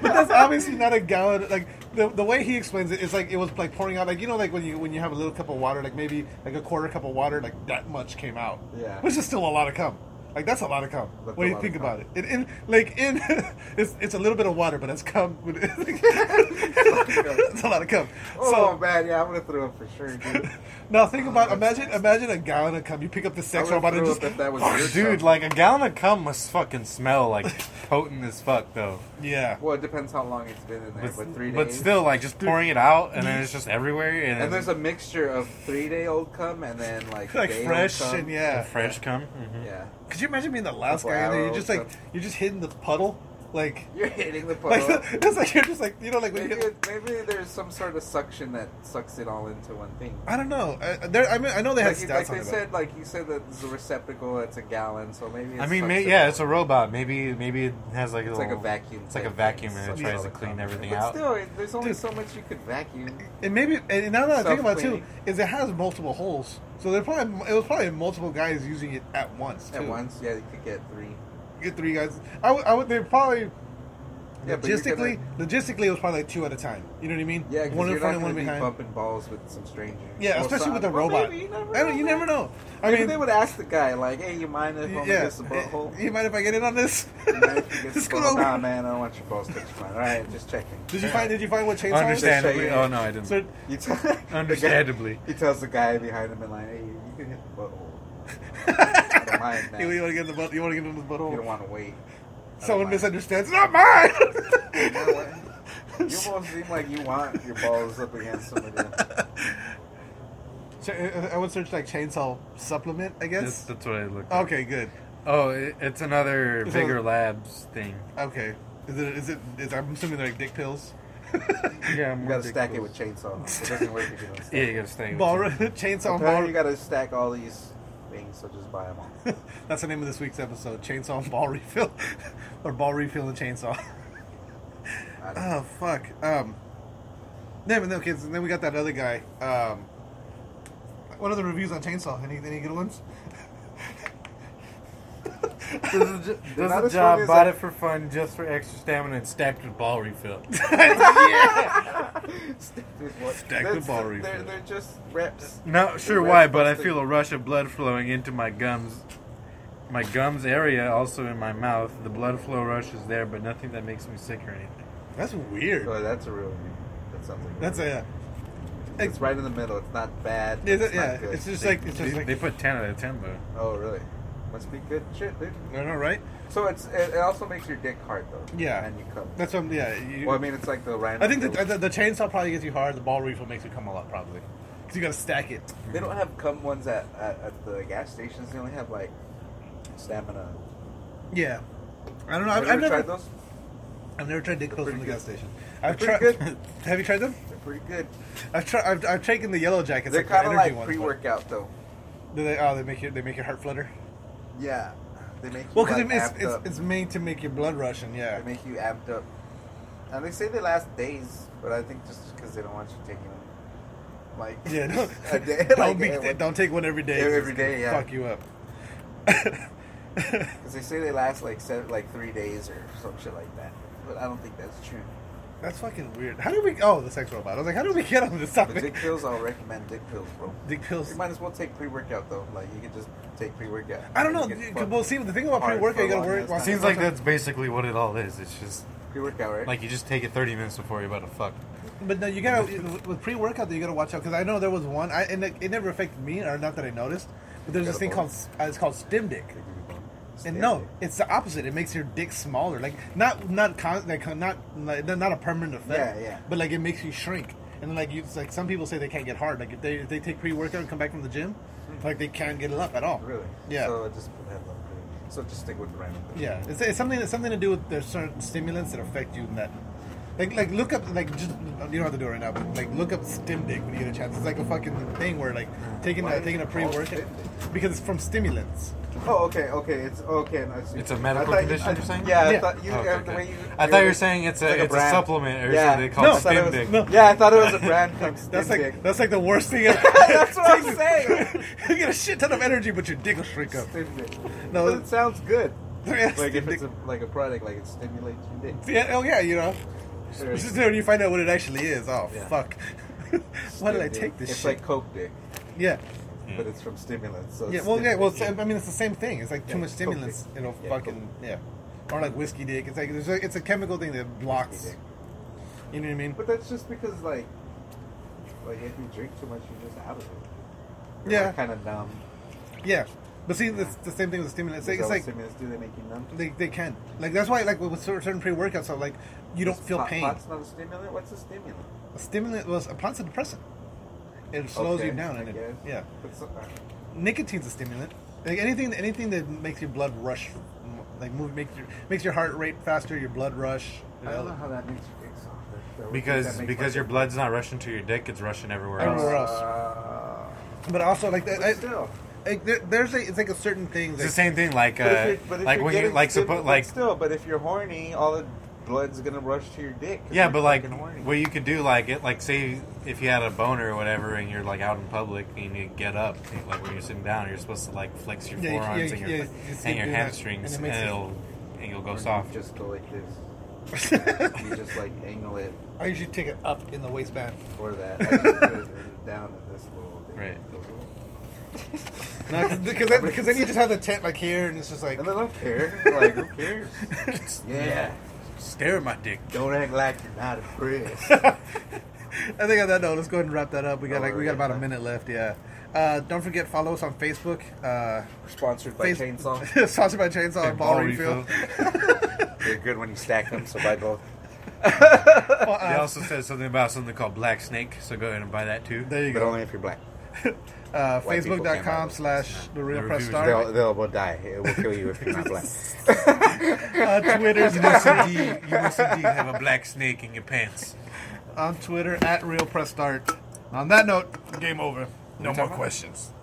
Speaker 1: but that's obviously not a gallon. Like the, the way he explains it is like it was like pouring out like you know like when you when you have a little cup of water like maybe like a quarter cup of water like that much came out.
Speaker 3: Yeah.
Speaker 1: which is still a lot of cum. Like that's a lot of cum.
Speaker 3: That's
Speaker 1: when
Speaker 3: a
Speaker 1: you
Speaker 3: lot
Speaker 1: think
Speaker 3: of
Speaker 1: about it, it in like in it's it's a little bit of water, but it's cum. it's a lot of cum.
Speaker 3: oh man, yeah, I would have threw up for sure, dude.
Speaker 1: Now think about
Speaker 3: that's
Speaker 1: imagine imagine a gallon of cum. You pick up the sex
Speaker 3: I would've
Speaker 1: robot and
Speaker 3: threw
Speaker 1: just
Speaker 3: up if that was your
Speaker 2: Oh, Dude,
Speaker 3: cum.
Speaker 2: like a gallon of cum must fucking smell like potent as fuck, though.
Speaker 1: yeah.
Speaker 3: Well, it depends how long it's been in there,
Speaker 2: But,
Speaker 3: but, three days.
Speaker 2: but still, like just pouring it out and then it's just everywhere and,
Speaker 3: And there's a mixture of three day old cum and then like
Speaker 1: Like
Speaker 3: day-old
Speaker 1: fresh
Speaker 3: cum.
Speaker 1: and yeah.
Speaker 2: fresh cum. hmm
Speaker 3: Yeah.
Speaker 1: Could you imagine being the last
Speaker 3: Couple
Speaker 1: guy in there? You're
Speaker 3: arrows,
Speaker 1: just like
Speaker 3: stuff.
Speaker 1: you're just hitting the puddle, like
Speaker 3: You're hitting the puddle.
Speaker 1: like it's like you're just like you know like when
Speaker 3: maybe,
Speaker 1: you get.
Speaker 3: it- maybe there's some sort of suction that sucks it all into one thing.
Speaker 1: I don't know. I, there, I mean, I know they had
Speaker 3: Like, you-
Speaker 1: stats
Speaker 3: like
Speaker 1: on
Speaker 3: they
Speaker 1: it.
Speaker 3: said, like you said that it's a receptacle that's a gallon, so maybe. It
Speaker 2: I mean,
Speaker 3: sucks
Speaker 2: may,
Speaker 3: it
Speaker 2: yeah,
Speaker 3: all.
Speaker 2: it's a robot. Maybe maybe it has like a
Speaker 3: It's like
Speaker 2: little,
Speaker 3: a vacuum.
Speaker 2: It's like a
Speaker 3: type
Speaker 2: vacuum
Speaker 3: thing.
Speaker 2: and it
Speaker 3: Sucks
Speaker 2: tries
Speaker 3: all
Speaker 2: to
Speaker 3: the
Speaker 2: clean
Speaker 3: cum.
Speaker 2: everything
Speaker 3: but
Speaker 2: out.
Speaker 3: Still, it- there's only
Speaker 1: Dude.
Speaker 3: so much you could vacuum.
Speaker 1: and maybe and now that I think about it too,
Speaker 3: Self-cleaning.
Speaker 1: is it has multiple holes, so there probably it was probably multiple guys using it at once. Too.
Speaker 3: At once, yeah, you could get three.
Speaker 1: you get three guys. I would, I would they probably.
Speaker 3: Yeah, but you're
Speaker 1: logistically, logistically, it was probably like two at a time. You know what I mean?
Speaker 3: Yeah, because
Speaker 1: one
Speaker 3: you're
Speaker 1: in front
Speaker 3: not
Speaker 1: and one
Speaker 3: going to be
Speaker 1: behind.
Speaker 3: bumping balls with some stranger.
Speaker 1: Yeah,
Speaker 3: Well,
Speaker 1: especially
Speaker 3: some-
Speaker 1: with a
Speaker 3: well,
Speaker 1: robot.
Speaker 3: maybe, you never
Speaker 1: I don't, you
Speaker 3: know.
Speaker 1: never know. I
Speaker 3: Maybe
Speaker 1: mean,
Speaker 3: they would ask the guy, like, "Hey, you mind if I'm
Speaker 1: yeah.
Speaker 3: just a butthole?"
Speaker 1: You mind if I get in on this?
Speaker 3: You mind if you get
Speaker 1: Just
Speaker 3: the
Speaker 1: go
Speaker 3: butthole? Nah,
Speaker 1: over.
Speaker 3: man, I don't want your balls touched mine. All right, just checking.
Speaker 1: Did you find? Did you find what chainsaw? is?
Speaker 2: Understandably.
Speaker 3: Yeah.
Speaker 2: Oh no, I didn't.
Speaker 1: So
Speaker 3: You tell- the guy-
Speaker 2: Understandably.
Speaker 3: he tells the guy behind him in line, "Hey, you can hit the butthole. I don't mind that.
Speaker 1: You,
Speaker 3: You
Speaker 1: want to get in the butt? You want to get in the
Speaker 3: don't
Speaker 1: butthole?
Speaker 3: want to wait. I
Speaker 1: Someone
Speaker 3: don't mind.
Speaker 1: misunderstands. It's not mine.
Speaker 3: You know what? You almost seem like you want your balls up against somebody. else.
Speaker 1: Ch- uh, I would search like chainsaw supplement. I
Speaker 2: that's,
Speaker 1: guess.
Speaker 2: that's what I looked. At.
Speaker 1: Okay, good.
Speaker 2: Oh, it, it's another
Speaker 1: It's
Speaker 2: bigger
Speaker 1: a-
Speaker 2: labs thing.
Speaker 1: Okay. Is it? Is it? Is, I'm assuming they're like dick pills.
Speaker 2: Yeah,
Speaker 3: You gotta stack it with chainsaw. It doesn't work if you don't stack.
Speaker 2: Yeah, you gotta stay.
Speaker 1: Ball
Speaker 2: with it.
Speaker 1: chainsaw
Speaker 3: Apparently, you
Speaker 1: ball.
Speaker 3: gotta stack all these things, so just buy them all.
Speaker 1: That's the name of this week's episode: chainsaw and ball refill, or ball refill and chainsaw.
Speaker 3: I don't know.
Speaker 1: Oh fuck. Um. No, but no kids. And then we got that other guy. Um. What are the reviews on Chainsaw? Any any good ones?
Speaker 3: This is ju-
Speaker 2: Does
Speaker 3: not
Speaker 2: the
Speaker 3: as funny
Speaker 2: job,
Speaker 3: as
Speaker 2: bought
Speaker 3: I-
Speaker 2: it for fun, just for extra stamina, and stacked with ball refill.
Speaker 3: Stick with what-
Speaker 2: Stack the
Speaker 3: That's-
Speaker 2: ball
Speaker 3: They're,
Speaker 2: refill.
Speaker 3: they're just reps.
Speaker 2: Not sure
Speaker 3: Red
Speaker 2: why, but I
Speaker 3: plastic.
Speaker 2: feel a rush of blood flowing into my gums. My gums area, also in my mouth. The blood flow rush is there, but nothing that makes me sick or anything.
Speaker 1: That's weird.
Speaker 3: Oh, that's a real. That's something.
Speaker 1: That's
Speaker 3: real.
Speaker 1: a.
Speaker 3: It's right in the middle. It's not bad. but
Speaker 1: It's,
Speaker 3: it's not
Speaker 1: yeah,
Speaker 3: good.
Speaker 1: it's just
Speaker 2: They-
Speaker 1: like it's
Speaker 2: they,
Speaker 1: just like
Speaker 2: they put 10 out of 10, though.
Speaker 3: Oh, really? Must be good shit, dude.
Speaker 1: I don't know, right?
Speaker 3: So it's it, it also makes your dick hard though.
Speaker 1: Yeah.
Speaker 3: And you come.
Speaker 1: That's what yeah. You,
Speaker 3: Well, I mean, it's like the rhino.
Speaker 1: I think the, the, the chainsaw probably gets you hard. The ball refill makes you come a lot probably because you gotta stack it.
Speaker 3: they don't have cum ones at, at, at the gas stations. They only have like stamina.
Speaker 1: Yeah. I don't know.
Speaker 3: Have
Speaker 1: I've,
Speaker 3: you
Speaker 1: I've
Speaker 3: ever
Speaker 1: never
Speaker 3: tried those?
Speaker 1: I've never tried dick pills
Speaker 3: They're
Speaker 1: from the
Speaker 3: pretty
Speaker 1: gas station. I've
Speaker 3: They're
Speaker 1: tried.
Speaker 3: pretty
Speaker 1: Have you tried them?
Speaker 3: They're pretty good.
Speaker 1: I've tried. I've, I've taken the yellow jackets.
Speaker 3: They're
Speaker 1: like the
Speaker 3: kind of
Speaker 1: energy
Speaker 3: like
Speaker 1: ones,
Speaker 3: pre-workout though.
Speaker 1: but- Do they? Oh, they make your they make your heart flutter.
Speaker 3: Yeah. They make you
Speaker 1: Well, because
Speaker 3: like, amped
Speaker 1: it's,
Speaker 3: up.
Speaker 1: it's it's made to make your blood rush and yeah.
Speaker 3: They make you amped up. And they say they last days, but I think just because they don't want you taking them. Like
Speaker 1: Yeah, no,
Speaker 3: a day.
Speaker 1: don't
Speaker 3: like,
Speaker 1: be,
Speaker 3: every-
Speaker 1: don't take one every day.
Speaker 3: Every
Speaker 1: It's gonna
Speaker 3: day, yeah.
Speaker 1: fuck you up.
Speaker 3: Because they say they last like seven, like three days or some shit like that. But I don't think that's true.
Speaker 1: That's fucking weird. How did we? Oh, the sex robot. I was like, how did we get on this
Speaker 3: But
Speaker 1: topic?
Speaker 3: dick pills, I'll recommend dick pills, bro.
Speaker 1: Dick pills.
Speaker 3: You might as well take pre workout though. Like you could just take pre workout.
Speaker 1: I don't know. dude, 'cause, Well, see, the thing about
Speaker 3: hard
Speaker 1: pre-workout,
Speaker 3: for
Speaker 1: you
Speaker 3: a
Speaker 1: gotta
Speaker 3: long
Speaker 1: worry.
Speaker 3: ass
Speaker 1: well,
Speaker 3: time.
Speaker 2: Seems like that's basically what it all is. It's just
Speaker 3: pre workout, right?
Speaker 2: like you just take it 30 minutes before you're about to fuck.
Speaker 1: But no, you gotta with- with pre-workout. though, You gotta watch out because I know there was one. I and it, it never affected me, or not that I noticed. But there's this thing called uh, it's called stim dick. And no, it's the opposite. It makes your dick smaller. Like not not con- like not like, not a permanent effect.
Speaker 3: Yeah, yeah.
Speaker 1: But like it makes you shrink. And like you, it's like some people say they can't get hard. Like if they if they take pre-workout and come back from the gym, like they can't get it up at all.
Speaker 3: Hmm. really.
Speaker 1: Yeah.
Speaker 3: So just have them pre- So just stick with the random. thing.
Speaker 1: Yeah, it's, it's something it's something to do with there's certain stimulants that affect you in that. Like, like look up like just you don't have to do it right now, but like look up stim dick when you get a chance. It's like a fucking thing where like taking
Speaker 3: Why
Speaker 1: a,
Speaker 3: is
Speaker 1: taking a
Speaker 3: it
Speaker 1: pre
Speaker 3: called
Speaker 1: workout
Speaker 3: stim dick?
Speaker 1: because it's from stimulants.
Speaker 3: Oh, okay, okay. It's okay. I see.
Speaker 2: It's a medical
Speaker 3: I
Speaker 2: condition,
Speaker 3: thought You, I,
Speaker 2: you're saying?
Speaker 3: Yeah. I
Speaker 1: Yeah.
Speaker 3: thought you.
Speaker 2: Oh, okay,
Speaker 3: uh, the
Speaker 2: okay.
Speaker 3: way you
Speaker 2: I thought you were saying it's a,
Speaker 3: like a
Speaker 2: it's a
Speaker 3: brand.
Speaker 2: supplement or
Speaker 3: Yeah.
Speaker 2: something. They call
Speaker 1: No,
Speaker 2: it
Speaker 1: I thought
Speaker 3: it
Speaker 2: stim
Speaker 3: was-
Speaker 2: dick.
Speaker 1: no.
Speaker 3: Yeah, I thought it was a brand called
Speaker 1: That's
Speaker 3: Stim
Speaker 1: like
Speaker 3: Dick.
Speaker 1: that's like the worst thing ever.
Speaker 3: That's what I'm saying.
Speaker 1: you get a shit ton of energy, but your dick will shrink up.
Speaker 3: Stim Dick.
Speaker 1: No,
Speaker 3: But it sounds good.
Speaker 1: Yeah,
Speaker 3: Like if
Speaker 1: stim
Speaker 3: it's
Speaker 1: dick.
Speaker 3: a, like a product, like it stimulates your dick.
Speaker 1: Yeah, oh yeah, you know. It's just when you find out what it actually is. Oh
Speaker 2: Yeah.
Speaker 1: fuck! Why did I
Speaker 3: Stim dick.
Speaker 1: take this
Speaker 3: It's
Speaker 1: shit?
Speaker 3: like Coke dick,
Speaker 1: yeah.
Speaker 3: but it's from stimulants. So it's
Speaker 1: Yeah, well,
Speaker 3: stim
Speaker 1: yeah, well,
Speaker 3: dick.
Speaker 1: it's- I mean, it's the same thing. It's like
Speaker 3: Yeah,
Speaker 1: too much
Speaker 3: coke
Speaker 1: stimulants,
Speaker 3: dick.
Speaker 1: you know,
Speaker 3: Yeah,
Speaker 1: fucking yeah, or like whiskey dick. It's like it's a, it's a chemical thing that blocks.
Speaker 3: dick.
Speaker 1: You know what I mean?
Speaker 3: But that's just because, like, like if you drink too much, you're just out of it.
Speaker 1: Yeah.
Speaker 3: kind of numb.
Speaker 1: Yeah, but see, it's the same thing with stimulants.
Speaker 3: Is
Speaker 1: It's,
Speaker 3: that what
Speaker 1: like
Speaker 3: stimulants do they make you numb?
Speaker 1: they, they can like that's why like with cer- certain pre workouts, so like you don't
Speaker 3: Is
Speaker 1: feel
Speaker 3: pot-
Speaker 1: pain.
Speaker 3: Pot's not a stimulant. What's a stimulant?
Speaker 1: A stimulant was a plant's a depressant. It slows
Speaker 3: Okay,
Speaker 1: you down,
Speaker 3: I
Speaker 1: and it,
Speaker 3: guess.
Speaker 1: yeah,
Speaker 3: But so- uh,
Speaker 1: nicotine's a stimulant. Like anything, anything that makes your blood rush, like move, makes your makes your heart rate faster, your blood rush. you
Speaker 3: I don't
Speaker 1: know.
Speaker 3: know how that makes you feel softer. So I think that
Speaker 2: Because
Speaker 3: makes
Speaker 2: because
Speaker 3: like
Speaker 2: your
Speaker 3: a-
Speaker 2: blood's not rushing to your dick, it's rushing everywhere else.
Speaker 1: Everywhere else.
Speaker 3: Uh,
Speaker 1: But also, like,
Speaker 3: but
Speaker 1: I, I-
Speaker 3: still.
Speaker 1: Like there, there's a it's like a certain thing.
Speaker 2: It's
Speaker 1: That,
Speaker 2: the same thing, like
Speaker 3: But if
Speaker 2: uh,
Speaker 3: you're- but if
Speaker 2: like
Speaker 3: you're
Speaker 2: when you
Speaker 3: getting
Speaker 2: like
Speaker 3: stim-
Speaker 2: suppo-
Speaker 3: but
Speaker 2: like
Speaker 3: still, but if you're horny, all the blood's gonna rush to your dick. 'cause
Speaker 2: yeah,
Speaker 3: you're
Speaker 2: but like
Speaker 3: fucking horny.
Speaker 2: what you could do, like it, like say if you had a boner or whatever, and you're like out in public and you get up, like when you're sitting down, you're supposed to like flex your
Speaker 1: Yeah, you-
Speaker 2: forearms
Speaker 1: yeah,
Speaker 2: and your
Speaker 1: yeah, you
Speaker 2: and
Speaker 1: see
Speaker 2: your
Speaker 1: do that,
Speaker 2: hamstrings,
Speaker 1: and
Speaker 2: and,
Speaker 1: it makes it-
Speaker 2: it'll and you'll go
Speaker 3: Or you
Speaker 2: soft.
Speaker 3: Just go like this. you just like angle it
Speaker 1: I usually take it up in the waistband.
Speaker 3: for that. I just put it down at this little thing.
Speaker 2: Right.
Speaker 1: Because then, because then you just have the tent like here, and it's just like
Speaker 3: And I don't care. Like, who cares? Yeah.
Speaker 2: Stare at my dick.
Speaker 3: Don't act like you're not impressed.
Speaker 1: I think on that note, let's go ahead and wrap that up. We
Speaker 3: Oh,
Speaker 1: got like we got about a
Speaker 3: Alright.
Speaker 1: minute left. Yeah. Uh, don't forget follow us on Facebook. Uh,
Speaker 3: Sponsored by
Speaker 1: Face-
Speaker 3: Chainsaw.
Speaker 1: sponsored by Chainsaw and Uh, Ball Refill.
Speaker 3: They're good when you stack them, so buy both.
Speaker 2: They
Speaker 1: Uh,
Speaker 2: also said something about something called black snake, so go ahead and buy that too.
Speaker 1: There you
Speaker 3: But
Speaker 1: go.
Speaker 3: only if you're black.
Speaker 1: Uh,
Speaker 3: White people can't buy
Speaker 1: Facebook.com
Speaker 3: those.
Speaker 1: slash the real
Speaker 2: The
Speaker 1: press
Speaker 2: reviews
Speaker 1: star.
Speaker 3: They'll, they'll both die. It will kill you if you're not black.
Speaker 1: Uh, Twitter's
Speaker 2: You must indeed, you must indeed have a black snake in your pants.
Speaker 1: on Twitter at real press start. On that note, game over. No more questions.